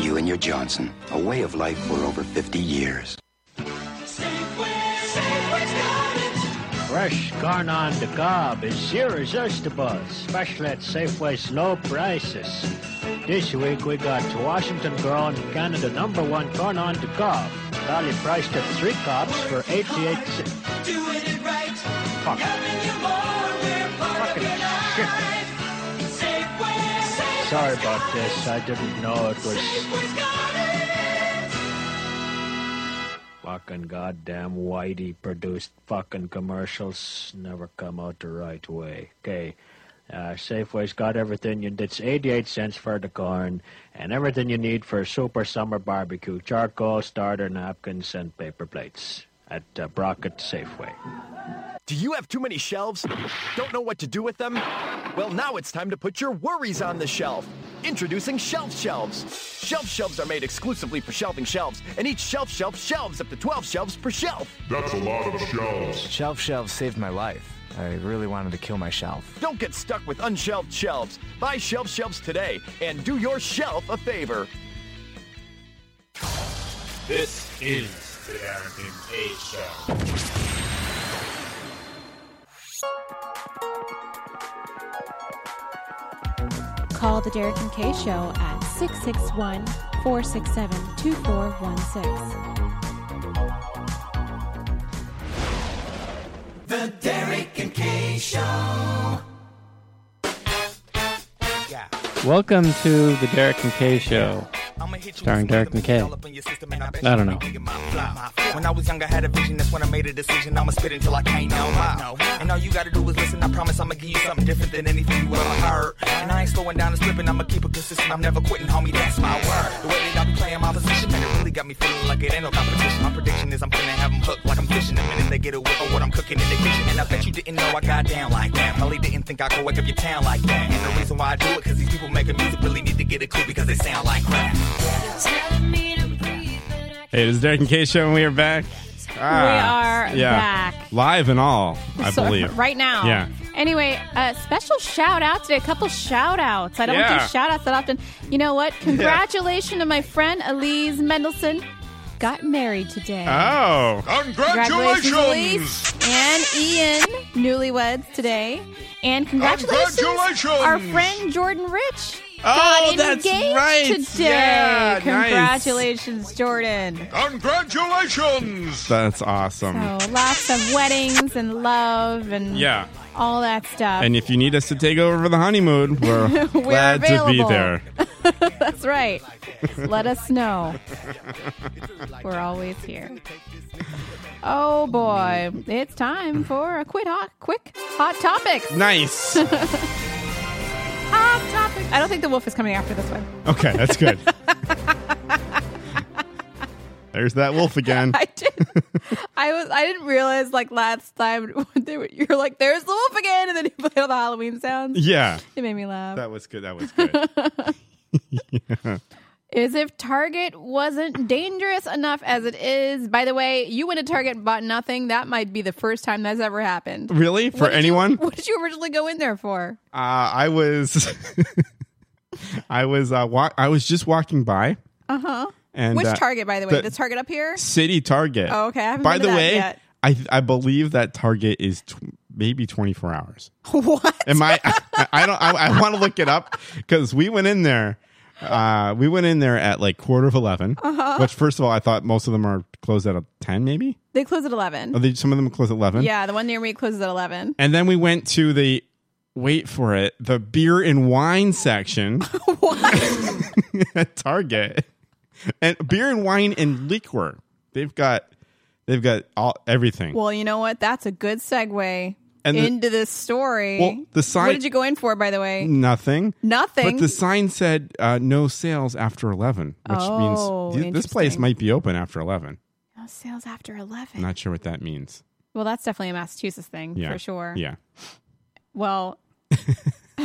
[SPEAKER 17] You and your Johnson, a way of life for over 50 years.
[SPEAKER 18] Fresh gone on the gob is irresistible, especially at Safeway's low prices. This week we got Washington grown Canada number one corn on the gob, value priced at three cobs for 88 cents.
[SPEAKER 15] Doing it right.
[SPEAKER 18] Fuck.
[SPEAKER 15] Loving you more. We're part of your life. Safeway, Safeway's
[SPEAKER 18] Sorry about this, I didn't know it was
[SPEAKER 15] got it.
[SPEAKER 18] fucking goddamn whitey produced fucking commercials never come out the right way. Okay. Uh, Safeway's got everything you It's 88 cents for the corn and everything you need for a super summer barbecue charcoal, starter, napkins, and paper plates at uh, Brockett Safeway.
[SPEAKER 10] Do you have too many shelves? Don't know what to do with them? Well, now it's time to put your worries on the shelf. Introducing Shelf Shelves. Shelf Shelves are made exclusively for shelving shelves, and each shelf shelf shelves up to 12 shelves per shelf.
[SPEAKER 9] That's a lot of shelves.
[SPEAKER 11] Shelf Shelf saved my life. I really wanted to kill my shelf.
[SPEAKER 10] Don't get stuck with unshelved shelves. Buy Shelf Shelves today and do your shelf a favor.
[SPEAKER 4] This is the Darrington A Show.
[SPEAKER 19] Call the Derek and Kay Show at 661 467 2416.
[SPEAKER 15] The Derek and Kay Show.
[SPEAKER 20] Welcome to the Derek and Kay Show, starring Derek McKay. I don't know.
[SPEAKER 21] When I was younger, I had a vision. That's when I made a decision. I'ma spit until I can't no more. And all you gotta do is listen. I promise I'ma give you something different than anything you ever heard. And I ain't slowing down and slipping. I'ma keep it consistent. I'm never quitting, homie. That's my word. The way that y'all be playing my position, man, it really got me feeling like it ain't no competition. My prediction is I'm finna have 'em hooked like I'm fishing. The minute they get a whiff of what I'm cooking in the kitchen. And I bet you didn't know I got down like that. Probably didn't think I could wake up your town like that. And the reason why I do it, cause these people making music really need to get a clue because they sound like crap.
[SPEAKER 1] Hey, it is Derek and Kay show, and we are back. Ah,
[SPEAKER 3] We are back.
[SPEAKER 1] Live and all, I
[SPEAKER 3] So,
[SPEAKER 1] believe.
[SPEAKER 3] Right now.
[SPEAKER 1] Yeah.
[SPEAKER 3] Anyway, a special shout out today. A couple shout outs. I don't
[SPEAKER 1] Yeah.
[SPEAKER 3] do shout outs that often. You know what? Congratulations to my friend Elise Mendelson. Got married today.
[SPEAKER 15] Uh,
[SPEAKER 1] Oh.
[SPEAKER 3] Congratulations, Elise and Ian, newlyweds today. And congratulations,
[SPEAKER 15] Congratulations.
[SPEAKER 3] our friend Jordan Rich.
[SPEAKER 15] Oh,
[SPEAKER 3] got
[SPEAKER 15] that's
[SPEAKER 3] engaged
[SPEAKER 15] right.
[SPEAKER 3] Today.
[SPEAKER 15] Yeah, nice.
[SPEAKER 3] congratulations, Jordan.
[SPEAKER 15] Congratulations.
[SPEAKER 1] That's awesome.
[SPEAKER 3] So lots of weddings and love and
[SPEAKER 1] Yeah.
[SPEAKER 3] all that stuff.
[SPEAKER 1] And if you need us to take over for the honeymoon, we're,
[SPEAKER 3] We're
[SPEAKER 1] glad to be
[SPEAKER 3] available.
[SPEAKER 1] there.
[SPEAKER 3] That's right. Let us know. We're always here. Oh boy, it's time for a quick hot, quick hot topics.
[SPEAKER 1] Nice.
[SPEAKER 3] hot topics. I don't think the wolf is coming after this one.
[SPEAKER 1] Okay, that's good. There's that wolf again.
[SPEAKER 3] I did. I was I didn't realize like last time when they were, you were like, "There's the wolf again," and then you played all the Halloween sounds.
[SPEAKER 1] Yeah.
[SPEAKER 3] it made me laugh.
[SPEAKER 1] That was good. That was good. Yeah.
[SPEAKER 3] As if Target wasn't dangerous enough as it is. By the way, you went to Target and bought nothing. That might be the first time that's ever happened.
[SPEAKER 1] Really? For
[SPEAKER 3] What did you-
[SPEAKER 1] anyone?
[SPEAKER 3] what did you originally go in there for?
[SPEAKER 1] Uh, I was, I was, uh, wa- I was just walking by
[SPEAKER 3] Uh huh.
[SPEAKER 1] and
[SPEAKER 3] Which
[SPEAKER 1] uh,
[SPEAKER 3] Target, by the way? The, Target up here?
[SPEAKER 1] City Target.
[SPEAKER 3] Oh, okay. I haven't
[SPEAKER 1] by
[SPEAKER 3] been to
[SPEAKER 1] the
[SPEAKER 3] that
[SPEAKER 1] way,
[SPEAKER 3] yet.
[SPEAKER 1] I I believe that Target is tw- maybe twenty four hours.
[SPEAKER 3] What?
[SPEAKER 1] Am I? I, I don't. I, I want to look it up because we went in there. Uh, we went in there at like quarter of 11
[SPEAKER 3] Uh-huh.
[SPEAKER 1] Which, first of all, I thought most of them are closed at ten, maybe.
[SPEAKER 3] They close at 11.
[SPEAKER 1] Are they, some of them close at eleven.
[SPEAKER 3] Yeah, the one near me closes at 11.
[SPEAKER 1] And then we went to the wait for it, the beer and wine section. at Target. And beer and wine and liquor. They've got they've got all everything.
[SPEAKER 3] Well, you know what? That's a good segue
[SPEAKER 1] And the-
[SPEAKER 3] into this story.
[SPEAKER 1] Well, the sign-
[SPEAKER 3] What did you go in for, by the way?
[SPEAKER 1] Nothing.
[SPEAKER 3] Nothing?
[SPEAKER 1] But the sign said uh, no sales after 11, which
[SPEAKER 3] Oh,
[SPEAKER 1] means th- this place
[SPEAKER 3] interesting.
[SPEAKER 1] might be open after 11.
[SPEAKER 3] No Oh, sales after 11.
[SPEAKER 1] I'm not sure what that means.
[SPEAKER 3] Well, that's definitely a Massachusetts thing
[SPEAKER 1] Yeah.
[SPEAKER 3] for sure.
[SPEAKER 1] Yeah.
[SPEAKER 3] Well,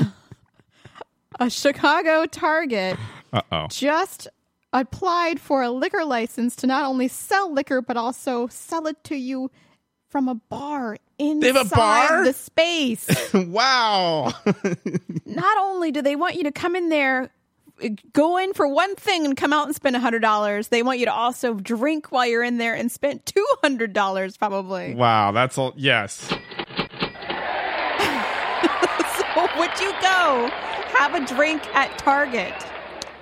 [SPEAKER 3] a Chicago Target
[SPEAKER 1] Uh oh.
[SPEAKER 3] just applied for a liquor license to not only sell liquor but also sell it to you from a bar inside
[SPEAKER 1] have a bar?
[SPEAKER 3] the space.
[SPEAKER 1] wow.
[SPEAKER 3] not only do they want you to come in there go in for one thing and come out and spend $100 they want you to also drink while you're in there and spend $200 probably
[SPEAKER 1] Wow. That's all. Yes.
[SPEAKER 3] so would you go have a drink at target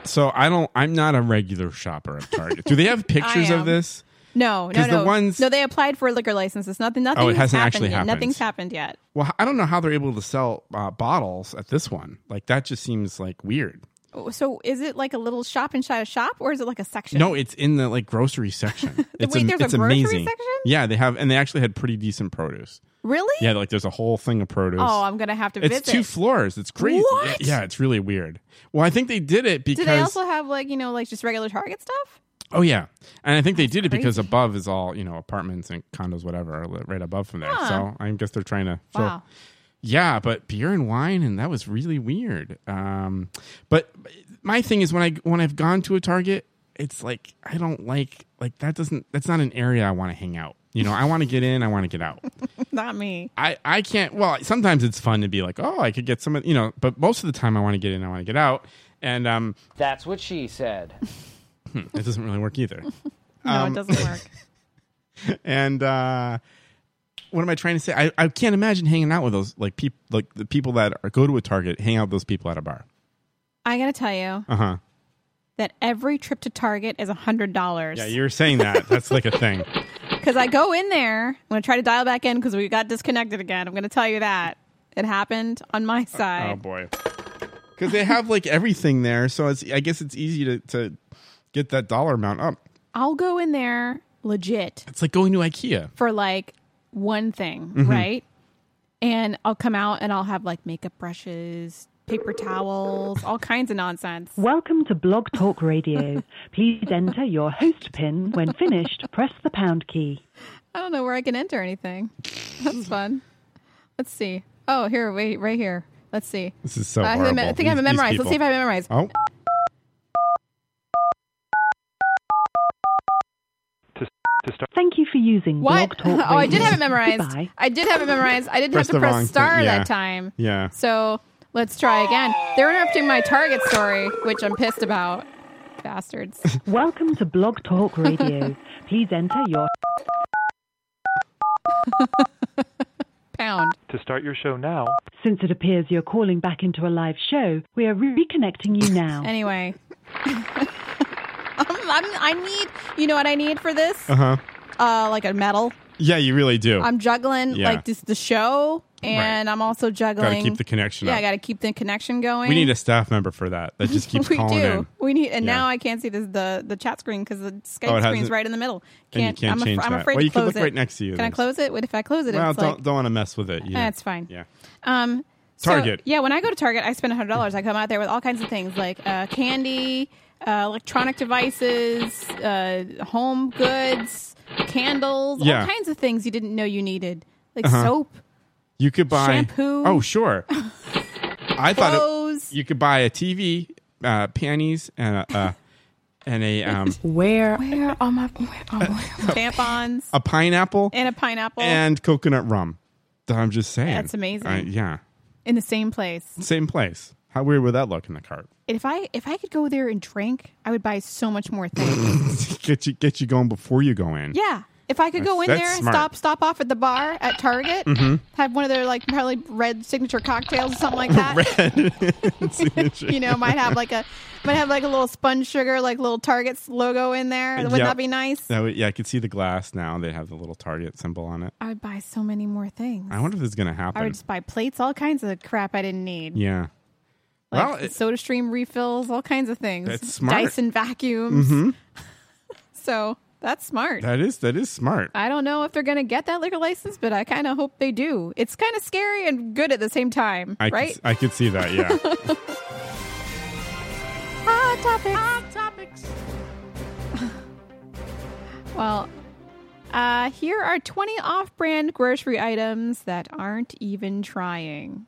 [SPEAKER 1] So I don't, I'm not a regular shopper at Target. Do they have pictures
[SPEAKER 3] am.
[SPEAKER 1] of this?
[SPEAKER 3] no no
[SPEAKER 1] 'Cause the
[SPEAKER 3] no
[SPEAKER 1] ones- Oh,
[SPEAKER 3] no they applied for a liquor license it's nothing nothing
[SPEAKER 1] it hasn't
[SPEAKER 3] happened
[SPEAKER 1] actually
[SPEAKER 3] yet.
[SPEAKER 1] happened.
[SPEAKER 3] nothing's happened yet
[SPEAKER 1] Well, I don't know how they're able to sell uh, bottles at this one. Like that just seems like weird.
[SPEAKER 3] Oh, so is it like a little shop inside a shop or is it like a section
[SPEAKER 1] No, it's in the like grocery section. It's
[SPEAKER 3] Wait,
[SPEAKER 1] am-
[SPEAKER 3] there's a
[SPEAKER 1] it's
[SPEAKER 3] grocery
[SPEAKER 1] amazing.
[SPEAKER 3] section?
[SPEAKER 1] Yeah, they have, and they actually had pretty decent produce.
[SPEAKER 3] really
[SPEAKER 1] Yeah, like there's a whole thing of produce.
[SPEAKER 3] oh i'm gonna have to
[SPEAKER 1] it's
[SPEAKER 3] visit
[SPEAKER 1] two floors. It's crazy.
[SPEAKER 3] What?
[SPEAKER 1] Yeah, it's really weird. Well, I think they did it
[SPEAKER 3] do
[SPEAKER 1] because
[SPEAKER 3] they also have like you know like just regular target stuff
[SPEAKER 1] oh yeah, and I think they did it because above is all you know apartments and condos whatever are li- right above from there.
[SPEAKER 3] Huh.
[SPEAKER 1] So I guess they're trying to. so-
[SPEAKER 3] Wow.
[SPEAKER 1] yeah, but beer and wine, and that was really weird. Um, but my thing is when I when I've gone to a Target, it's like I don't like like that doesn't that's not an area I want to hang out. You know, I want to get in, I want to get out.
[SPEAKER 3] not me
[SPEAKER 1] I I can't. Well, sometimes it's fun to be like, oh, I could get some, of- you know. But most of the time, I want to get in, I want to get out, and um,
[SPEAKER 13] That's what she said.
[SPEAKER 1] hmm, it doesn't really work either.
[SPEAKER 13] No, it
[SPEAKER 1] Um,
[SPEAKER 13] doesn't
[SPEAKER 1] work. and uh, what am I trying to say? I, I can't imagine hanging out with those like people, like the people that are, go to a Target, hang out with those people at a bar.
[SPEAKER 3] i gotta tell you
[SPEAKER 1] Uh huh.
[SPEAKER 3] that every trip to Target is $100.
[SPEAKER 1] Yeah, you were saying that. That's like a thing.
[SPEAKER 3] Because I go in there, I'm going to try to dial back in because we got disconnected again. I'm going to tell you that. It happened on my
[SPEAKER 1] Oh
[SPEAKER 3] side.
[SPEAKER 1] boy. Because they have like everything there, so it's I guess it's easy to to get that dollar amount up.
[SPEAKER 3] I'll go in there legit
[SPEAKER 1] It's like going to IKEA.
[SPEAKER 3] for like one thing,
[SPEAKER 1] Mhm.
[SPEAKER 3] right? And I'll come out and I'll have like makeup brushes, paper towels, all kinds of nonsense.
[SPEAKER 2] Welcome to Blog Talk Radio. Please enter your host pin. When finished, press the pound key.
[SPEAKER 3] I don't know where I can enter anything. That's fun. Let's see. Oh, here, wait, right here. Let's see.
[SPEAKER 1] This is so
[SPEAKER 3] I have it me-
[SPEAKER 1] horrible.
[SPEAKER 3] I think I have it
[SPEAKER 1] These- these
[SPEAKER 3] memorized. Let's see if
[SPEAKER 1] people.
[SPEAKER 3] I have it memorized.
[SPEAKER 1] Oh,
[SPEAKER 2] Thank you for using
[SPEAKER 3] What?
[SPEAKER 2] Blog Talk Radio.
[SPEAKER 3] Oh, I did have it memorized.
[SPEAKER 2] Goodbye.
[SPEAKER 3] I did have it memorized. I didn't
[SPEAKER 1] Press
[SPEAKER 3] have to
[SPEAKER 1] the wrong
[SPEAKER 3] press
[SPEAKER 1] thing,
[SPEAKER 3] star
[SPEAKER 1] yeah.
[SPEAKER 3] that time.
[SPEAKER 1] yeah.
[SPEAKER 3] So let's try again. They're interrupting my target story, which I'm pissed about. Bastards.
[SPEAKER 2] Welcome to Blog Talk Radio. Please enter your
[SPEAKER 3] Pound.
[SPEAKER 6] To start your show now,
[SPEAKER 2] Since it appears you're calling back into a live show, we are reconnecting you now.
[SPEAKER 3] Anyway. I'm, I'm, I need, you know what I need for this?
[SPEAKER 1] Uh huh.
[SPEAKER 3] Uh, like a medal.
[SPEAKER 1] Yeah, you really do.
[SPEAKER 3] I'm juggling
[SPEAKER 1] Yeah.
[SPEAKER 3] like this, the show, and I'm also juggling.
[SPEAKER 1] Gotta keep the connection
[SPEAKER 3] Yeah,
[SPEAKER 1] up.
[SPEAKER 3] I got to keep the connection going.
[SPEAKER 1] we need a staff member for that. That just keeps
[SPEAKER 3] we
[SPEAKER 1] calling
[SPEAKER 3] do.
[SPEAKER 1] in.
[SPEAKER 3] We need, and
[SPEAKER 1] Yeah.
[SPEAKER 3] now I can't see this, the the chat screen because the Skype
[SPEAKER 1] Oh, it
[SPEAKER 3] screen's
[SPEAKER 1] hasn't-
[SPEAKER 3] right in the middle.
[SPEAKER 1] and you can't
[SPEAKER 3] I'm, af-
[SPEAKER 1] change
[SPEAKER 3] I'm
[SPEAKER 1] that.
[SPEAKER 3] afraid
[SPEAKER 1] Well,
[SPEAKER 3] to
[SPEAKER 1] you can
[SPEAKER 3] close
[SPEAKER 1] look
[SPEAKER 3] it.
[SPEAKER 1] right next to you.
[SPEAKER 3] Can I
[SPEAKER 1] There's-
[SPEAKER 3] close it? What if I close it?
[SPEAKER 1] well,
[SPEAKER 3] it's
[SPEAKER 1] don't
[SPEAKER 3] like,
[SPEAKER 1] don't want to mess with it. Yeah.
[SPEAKER 3] eh, it's fine.
[SPEAKER 1] Yeah.
[SPEAKER 3] Um, so-
[SPEAKER 1] Target.
[SPEAKER 3] yeah, when I go to Target, I spend hundred dollars. I come out there with all kinds of things like uh, candy, uh, electronic devices, uh, home goods, candles,
[SPEAKER 1] Yeah.
[SPEAKER 3] all kinds of things you didn't know you needed, like
[SPEAKER 1] Uh-huh.
[SPEAKER 3] soap.
[SPEAKER 1] You could buy
[SPEAKER 3] Shampoo.
[SPEAKER 1] Oh, sure. I thought
[SPEAKER 3] Clothes.
[SPEAKER 1] it, you could buy a TV, uh, panties, and a, uh, and a um,
[SPEAKER 3] Where? Where are my, where are my tampons
[SPEAKER 1] a pineapple
[SPEAKER 3] and a pineapple
[SPEAKER 1] and coconut rum. I'm just saying.
[SPEAKER 3] That's amazing.
[SPEAKER 1] I- yeah,
[SPEAKER 3] in the same place?
[SPEAKER 1] same place. How weird would that look in the cart?
[SPEAKER 3] If I if I could go there and drink, I would buy so much more things.
[SPEAKER 1] get you get you going before you go in.
[SPEAKER 3] yeah. If I could go in
[SPEAKER 1] That's
[SPEAKER 3] there and
[SPEAKER 1] smart.
[SPEAKER 3] stop stop off at the bar at Target,
[SPEAKER 1] Mhm.
[SPEAKER 3] have one of their like probably red signature cocktails or something like that. you know, might have like a might have like a little sponge sugar, like little Target's logo in there. Wouldn't
[SPEAKER 1] Yep.
[SPEAKER 3] that be nice?
[SPEAKER 1] That would- yeah, I could see the glass now. They have the little target symbol on it.
[SPEAKER 3] I would buy so many more things.
[SPEAKER 1] I wonder if it's going to happen.
[SPEAKER 3] I would just buy plates, all kinds of crap I didn't need.
[SPEAKER 1] yeah.
[SPEAKER 3] Like
[SPEAKER 1] well, it-
[SPEAKER 3] soda stream refills, all kinds of things.
[SPEAKER 1] That's smart.
[SPEAKER 3] Dyson vacuums.
[SPEAKER 1] mhm.
[SPEAKER 3] So that's smart.
[SPEAKER 1] that is that is smart.
[SPEAKER 3] I don't know if they're going to get that liquor license, but I kind of hope they do. It's kind of scary and good at the same time,
[SPEAKER 1] I
[SPEAKER 3] right?
[SPEAKER 1] could, I could see that. Yeah.
[SPEAKER 3] Hot topics. Hot topics. well, uh, here are 20 off brand grocery items that aren't even trying.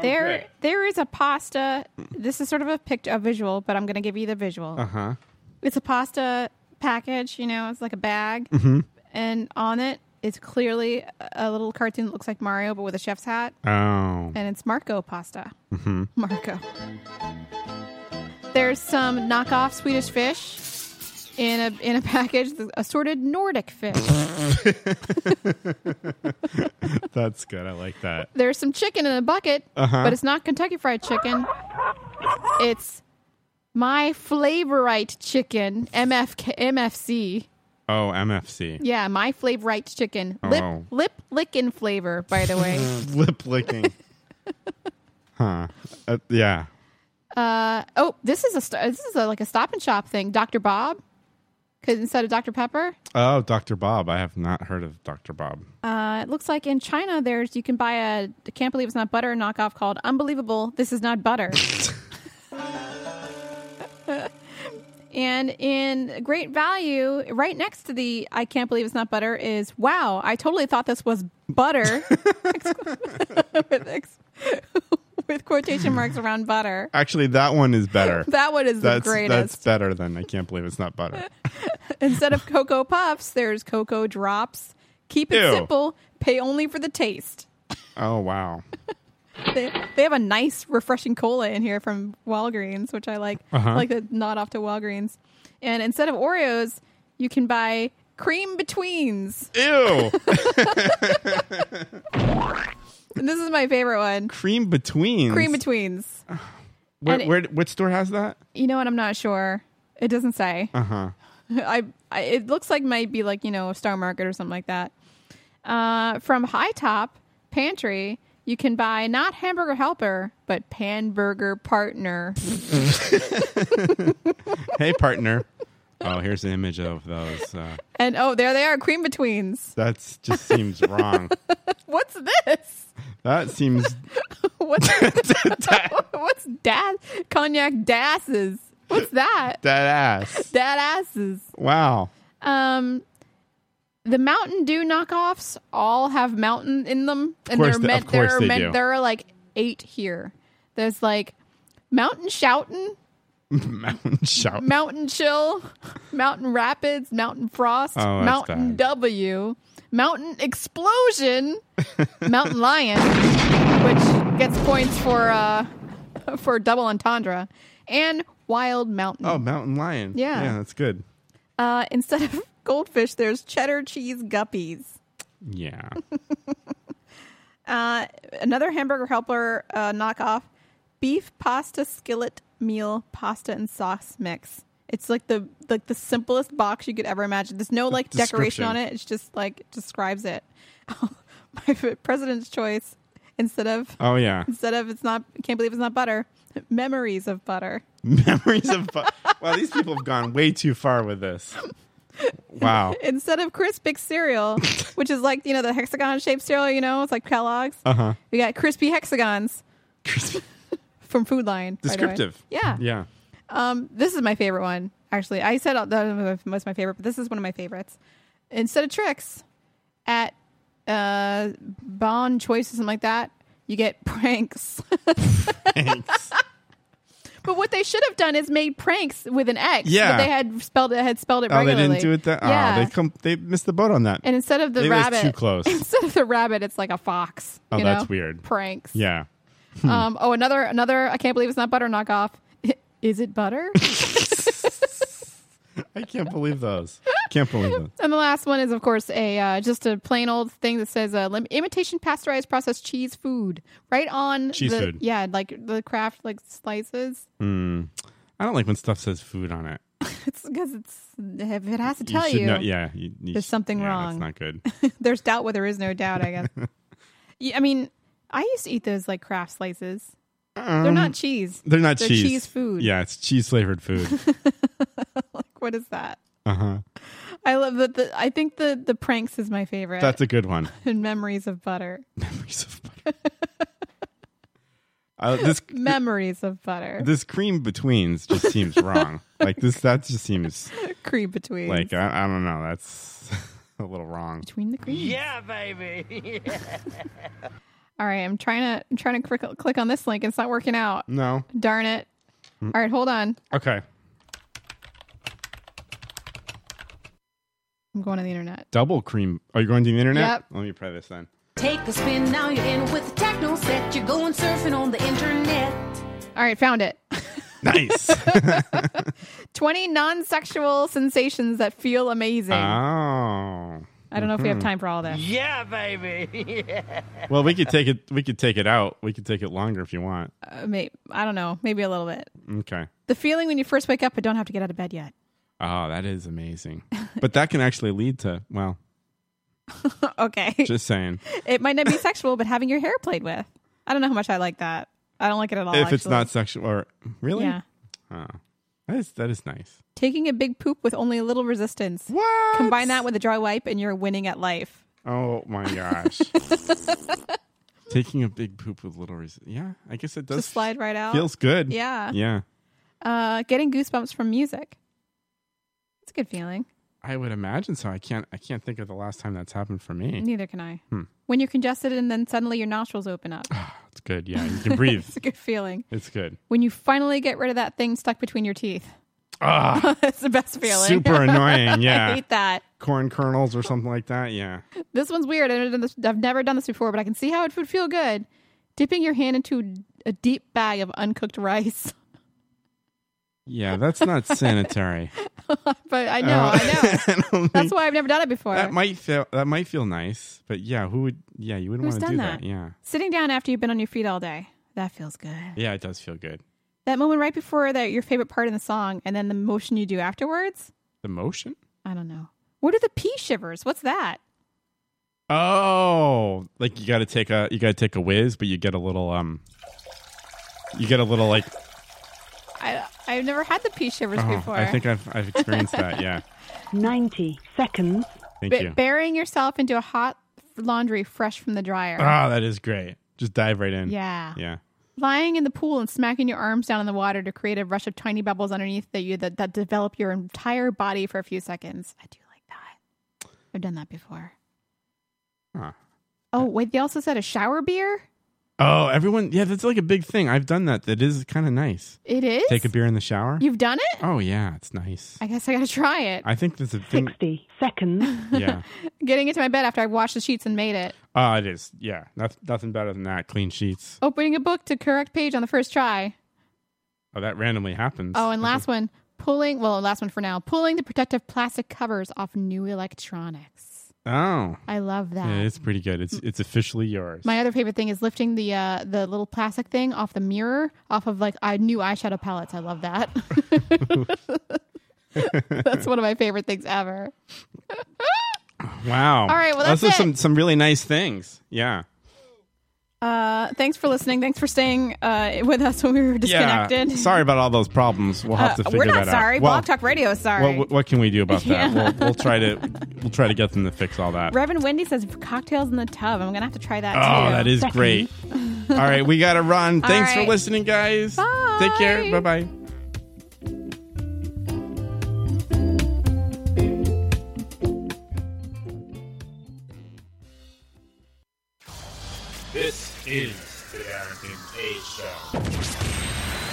[SPEAKER 3] There,
[SPEAKER 1] Okay.
[SPEAKER 3] there is a pasta. This is sort of a picture, a visual, but I'm going to give you the visual.
[SPEAKER 1] uh huh.
[SPEAKER 3] It's a pasta package. You know, it's like a bag,
[SPEAKER 1] Mhm.
[SPEAKER 3] and on it is clearly a- a little cartoon that looks like Mario, but with a chef's hat,
[SPEAKER 1] Oh.
[SPEAKER 3] and it's Marco pasta.
[SPEAKER 1] hmm
[SPEAKER 3] Marco. There's some knockoff Swedish fish in a in a package, the assorted Nordic fish.
[SPEAKER 1] That's good. I like that.
[SPEAKER 3] There's some chicken in a bucket,
[SPEAKER 1] Uh-huh.
[SPEAKER 3] but it's not Kentucky Fried Chicken. It's my flavorite chicken, MFK, MFC.
[SPEAKER 1] Oh, MFC.
[SPEAKER 3] Yeah, my flavorite chicken, lip
[SPEAKER 1] Oh.
[SPEAKER 3] lip lickin' flavor. By the way,
[SPEAKER 1] Lip licking. huh. Uh, yeah.
[SPEAKER 3] uh, oh, this is a st- this is a, like a Stop and Shop thing, Dr. Bob, because instead of Dr. Pepper,
[SPEAKER 1] Oh, Dr. Bob. I have not heard of Dr. Bob.
[SPEAKER 3] Uh, it looks like in China, there's you can buy a I can't believe it's not butter knockoff called Unbelievable. This is not butter. and in Great Value, right next to the I can't believe it's not butter is Wow! I totally thought this was butter with, ex- with quotation marks around butter.
[SPEAKER 1] Actually, that one is better.
[SPEAKER 3] That one is
[SPEAKER 1] that's,
[SPEAKER 3] the
[SPEAKER 1] That's
[SPEAKER 3] greatest.
[SPEAKER 1] better than I can't believe it's not butter.
[SPEAKER 3] Instead of cocoa puffs, there's cocoa drops. Keep it
[SPEAKER 1] Ew.
[SPEAKER 3] simple. Pay only for the taste.
[SPEAKER 1] Oh, wow.
[SPEAKER 3] they, they have a nice refreshing cola in here from Walgreens, which I like.
[SPEAKER 1] Uh-huh.
[SPEAKER 3] I like the nod off to Walgreens. And instead of Oreos, you can buy cream betweens.
[SPEAKER 1] Ew.
[SPEAKER 3] And this is my favorite one.
[SPEAKER 1] Cream between.
[SPEAKER 3] Cream betweens.
[SPEAKER 1] Where,
[SPEAKER 3] and it-
[SPEAKER 1] where, which store has that?
[SPEAKER 3] You know what? I'm not sure. It doesn't say.
[SPEAKER 1] Uh huh.
[SPEAKER 3] I, I it looks like might be like you know Star Market or something like that. Uh, from High Top Pantry, you can buy not hamburger helper but panburger partner.
[SPEAKER 1] Hey, partner. Oh, here's an image of those. Uh,
[SPEAKER 3] and oh, there they are, cream betweens.
[SPEAKER 1] that just seems wrong.
[SPEAKER 3] What's this?
[SPEAKER 1] That seems.
[SPEAKER 3] What's what's dad cognac dasses? What's that?
[SPEAKER 1] That ass.
[SPEAKER 3] Dad asses.
[SPEAKER 1] Wow.
[SPEAKER 3] Um, the Mountain Dew knockoffs all have mountain in them, and
[SPEAKER 1] course
[SPEAKER 3] they're
[SPEAKER 1] they-
[SPEAKER 3] meant.
[SPEAKER 1] of course
[SPEAKER 3] there are
[SPEAKER 1] they
[SPEAKER 3] meant.
[SPEAKER 1] do.
[SPEAKER 3] There are like eight here. There's like mountain shoutin',
[SPEAKER 1] Mountain shout.
[SPEAKER 3] mountain chill, mountain rapids, mountain frost,
[SPEAKER 1] Oh, that's
[SPEAKER 3] mountain W, mountain explosion, mountain lion, which gets points for uh for double entendre, and wild mountain.
[SPEAKER 1] Oh, mountain lion.
[SPEAKER 3] Yeah.
[SPEAKER 1] Yeah, that's good.
[SPEAKER 3] Uh, instead of goldfish, there's cheddar cheese guppies.
[SPEAKER 1] Yeah.
[SPEAKER 3] Uh, another hamburger helper uh, knockoff: beef pasta skillet meal pasta and sauce mix. It's like the like the simplest box you could ever imagine. There's no like decoration
[SPEAKER 1] Description.
[SPEAKER 3] on it. It's just like describes it. My favorite president's choice instead of
[SPEAKER 1] Oh, yeah.
[SPEAKER 3] instead of it's not can't believe it's not butter. Memories of butter.
[SPEAKER 1] Memories of. Bu- wow, these people have gone way too far with this. Wow.
[SPEAKER 3] Instead of Crispix cereal, which is like you know the hexagon shaped cereal, you know it's like Kellogg's.
[SPEAKER 1] Uh huh.
[SPEAKER 3] We got crispy hexagons. from Food Lion. by the way.
[SPEAKER 1] Descriptive.
[SPEAKER 3] Yeah.
[SPEAKER 1] Yeah.
[SPEAKER 3] Um, this is my favorite one, actually. I said all- that was my favorite, but this is one of my favorites. instead of tricks at uh, Bon Choice or something like that, you get pranks. but what they should have done is made pranks with an X.
[SPEAKER 1] Yeah.
[SPEAKER 3] but they had spelled it had spelled it
[SPEAKER 1] Oh, they
[SPEAKER 3] regularly.
[SPEAKER 1] didn't do it that.
[SPEAKER 3] yeah.
[SPEAKER 1] Oh, they come. They missed the boat on that.
[SPEAKER 3] and instead of the
[SPEAKER 1] Maybe that's
[SPEAKER 3] rabbit,
[SPEAKER 1] too close.
[SPEAKER 3] instead of the rabbit, it's like a fox.
[SPEAKER 1] Oh,
[SPEAKER 3] you
[SPEAKER 1] that's
[SPEAKER 3] know?
[SPEAKER 1] weird.
[SPEAKER 3] Pranks.
[SPEAKER 1] yeah.
[SPEAKER 3] Um, oh, another another. I can't believe it's not butter knockoff. Is it butter?
[SPEAKER 1] I can't believe those. Can't believe them.
[SPEAKER 3] And the last one is, of course, a uh, just a plain old thing that says uh, lim- imitation pasteurized processed cheese food, right on
[SPEAKER 1] Cheese
[SPEAKER 3] the,
[SPEAKER 1] food.
[SPEAKER 3] Yeah, like the craft like slices.
[SPEAKER 1] Hmm. I don't like when stuff says food on it.
[SPEAKER 3] It's because it's if it has to tell
[SPEAKER 1] should
[SPEAKER 3] you,
[SPEAKER 1] know- yeah, you- you
[SPEAKER 3] there's
[SPEAKER 1] sh-
[SPEAKER 3] something
[SPEAKER 1] yeah,
[SPEAKER 3] wrong.
[SPEAKER 1] That's not good.
[SPEAKER 3] there's doubt where there is no doubt. I guess. yeah, I mean, I used to eat those like craft slices. they're
[SPEAKER 1] Um,
[SPEAKER 3] not cheese.
[SPEAKER 1] They're not cheese.
[SPEAKER 3] cheese food.
[SPEAKER 1] Yeah, it's cheese flavored food.
[SPEAKER 3] Like, what is that?
[SPEAKER 1] uh huh.
[SPEAKER 3] I love that. The, I think the the pranks is my favorite.
[SPEAKER 1] That's a good one.
[SPEAKER 3] and memories of butter.
[SPEAKER 1] Memories of butter. Uh, this
[SPEAKER 3] memories of butter.
[SPEAKER 1] this cream betweens just seems wrong. Like this, that just seems
[SPEAKER 3] cream between.
[SPEAKER 1] like I, I don't know. That's a little wrong.
[SPEAKER 3] between the creams.
[SPEAKER 15] Yeah, baby.
[SPEAKER 3] All right, I'm trying to I'm trying to click click on this link. It's not working out.
[SPEAKER 1] No.
[SPEAKER 3] Darn it.
[SPEAKER 1] Mm.
[SPEAKER 3] All right, hold on.
[SPEAKER 1] Okay.
[SPEAKER 3] I'm going on the internet.
[SPEAKER 1] Double cream. Are you going to the internet?
[SPEAKER 7] Yep.
[SPEAKER 1] Let me try this then.
[SPEAKER 7] Take a spin, now you're in with the techno set. You're going surfing on the internet.
[SPEAKER 3] All right, found it.
[SPEAKER 1] Nice.
[SPEAKER 3] 20 non-sexual sensations that feel amazing.
[SPEAKER 1] Ah, Oh.
[SPEAKER 3] I don't know if we have
[SPEAKER 1] Mhm.
[SPEAKER 3] time for all this.
[SPEAKER 15] yeah, baby.
[SPEAKER 1] Well, we could take it. We could take it out. We could take it longer if you want.
[SPEAKER 3] Uh, may, I don't know, maybe a little bit.
[SPEAKER 1] Okay.
[SPEAKER 3] The feeling when you first wake up but don't have to get out of bed yet.
[SPEAKER 1] Oh, that is amazing. But that can actually lead to well,
[SPEAKER 3] okay.
[SPEAKER 1] just saying.
[SPEAKER 3] it might not be sexual, but having your hair played with. I don't know how much I like that. I don't like it at all.
[SPEAKER 1] if it's
[SPEAKER 3] actually.
[SPEAKER 1] not sexual or really?
[SPEAKER 3] Yeah.
[SPEAKER 1] Oh. That is that is nice.
[SPEAKER 3] Taking a big poop with only a little resistance.
[SPEAKER 1] What?
[SPEAKER 3] Combine that with a dry wipe and you're winning at life.
[SPEAKER 1] Oh my gosh. Taking a big poop with little reason. Yeah, I guess it does
[SPEAKER 3] Just slide right out.
[SPEAKER 1] Feels good.
[SPEAKER 3] Yeah.
[SPEAKER 1] Yeah.
[SPEAKER 3] Uh, getting goosebumps from music. It's a good feeling.
[SPEAKER 1] I would imagine so. I can't I can't think of the last time that's happened for me.
[SPEAKER 3] Neither can I.
[SPEAKER 1] Hmm.
[SPEAKER 3] When you're congested and then suddenly your nostrils open up.
[SPEAKER 1] It's good. Yeah. You can breathe.
[SPEAKER 3] it's a good feeling.
[SPEAKER 1] it's good.
[SPEAKER 3] When you finally get rid of that thing stuck between your teeth.
[SPEAKER 1] Ah.
[SPEAKER 3] it's the best feeling.
[SPEAKER 1] Super annoying,
[SPEAKER 3] I
[SPEAKER 1] yeah.
[SPEAKER 3] hate that.
[SPEAKER 1] Corn kernels or something like that. Yeah.
[SPEAKER 3] This one's weird. I've never, done this, I've never done this before, but I can see how it would feel good. Dipping your hand into a deep bag of uncooked rice.
[SPEAKER 1] Yeah, that's not sanitary.
[SPEAKER 3] but I know,
[SPEAKER 1] Uh,
[SPEAKER 3] I know.
[SPEAKER 1] don't
[SPEAKER 3] That's
[SPEAKER 1] think-
[SPEAKER 3] why I've never done it before.
[SPEAKER 1] That might feel that might feel nice, but yeah, who would yeah, you wouldn't
[SPEAKER 3] Who's
[SPEAKER 1] want to
[SPEAKER 3] done
[SPEAKER 1] do
[SPEAKER 3] that?
[SPEAKER 1] that. Yeah.
[SPEAKER 3] Sitting down after you've been on your feet all day. That feels good.
[SPEAKER 1] Yeah, it does feel good.
[SPEAKER 3] That moment right before that your favorite part in the song and then the motion you do afterwards.
[SPEAKER 1] The motion?
[SPEAKER 3] I don't know. What are the pea shivers? What's that?
[SPEAKER 1] Oh, like you got to take a you got to take a whiz, but you get a little um, you get a little like
[SPEAKER 3] I I've never had the pea shivers
[SPEAKER 1] oh,
[SPEAKER 3] before.
[SPEAKER 1] I think I've I've experienced that. Yeah,
[SPEAKER 2] 90 seconds.
[SPEAKER 1] thank
[SPEAKER 3] Ba-
[SPEAKER 1] you.
[SPEAKER 3] Burying yourself into a hot laundry fresh from the dryer.
[SPEAKER 1] Oh, that is great. Just dive right in.
[SPEAKER 3] Yeah.
[SPEAKER 1] yeah.
[SPEAKER 3] Lying in the pool and smacking your arms down in the water to create a rush of tiny bubbles underneath that you that, that develop your entire body for a few seconds. I do like that. I've done that before.
[SPEAKER 1] Huh.
[SPEAKER 3] Oh, wait, they also said a shower beer?
[SPEAKER 1] Oh, everyone, yeah, that's like a big thing. I've done that. That is kind of nice.
[SPEAKER 3] It is?
[SPEAKER 1] Take a beer in the shower.
[SPEAKER 3] You've done it?
[SPEAKER 1] Oh yeah, it's nice.
[SPEAKER 3] I guess I gotta try it.
[SPEAKER 1] I think that's a thing.
[SPEAKER 2] Sixty seconds.
[SPEAKER 1] Yeah.
[SPEAKER 3] Getting into my bed after I've washed the sheets and made it.
[SPEAKER 1] Ah, it is. Yeah, nothing, nothing better than that. Clean sheets.
[SPEAKER 3] Opening a book to correct page on the first try.
[SPEAKER 1] Oh, that randomly happens.
[SPEAKER 3] Oh, and last one, pulling, well, last one for now, pulling the protective plastic covers off new electronics.
[SPEAKER 1] Oh,
[SPEAKER 3] I love that.
[SPEAKER 1] yeah, it's pretty good. It's it's officially yours.
[SPEAKER 3] My other favorite thing is lifting the uh, the little plastic thing off the mirror, off of like I new eyeshadow palettes. I love that. That's one of my favorite things ever.
[SPEAKER 1] Wow.
[SPEAKER 3] All right, well, that's
[SPEAKER 1] those
[SPEAKER 3] it.
[SPEAKER 1] are some some really nice things. Yeah.
[SPEAKER 3] Uh, thanks for listening. Thanks for staying uh, with us when we were disconnected.
[SPEAKER 1] Yeah. Sorry about all those problems. We'll have
[SPEAKER 3] Uh,
[SPEAKER 1] to figure
[SPEAKER 3] we're not
[SPEAKER 1] that
[SPEAKER 3] sorry.
[SPEAKER 1] out.
[SPEAKER 3] Blog Talk Radio is sorry.
[SPEAKER 1] What, what can we do about
[SPEAKER 3] Yeah.
[SPEAKER 1] that? We'll, we'll try to we'll try to get them to fix all that.
[SPEAKER 3] Reverend Wendy says cocktails in the tub. I'm gonna have to try that.
[SPEAKER 1] oh,
[SPEAKER 3] too.
[SPEAKER 1] that is great. all right, we gotta run.
[SPEAKER 3] All
[SPEAKER 1] Thanks
[SPEAKER 3] right.
[SPEAKER 1] for listening, guys. Take care. Bye bye.
[SPEAKER 4] This is the Darrington A Show.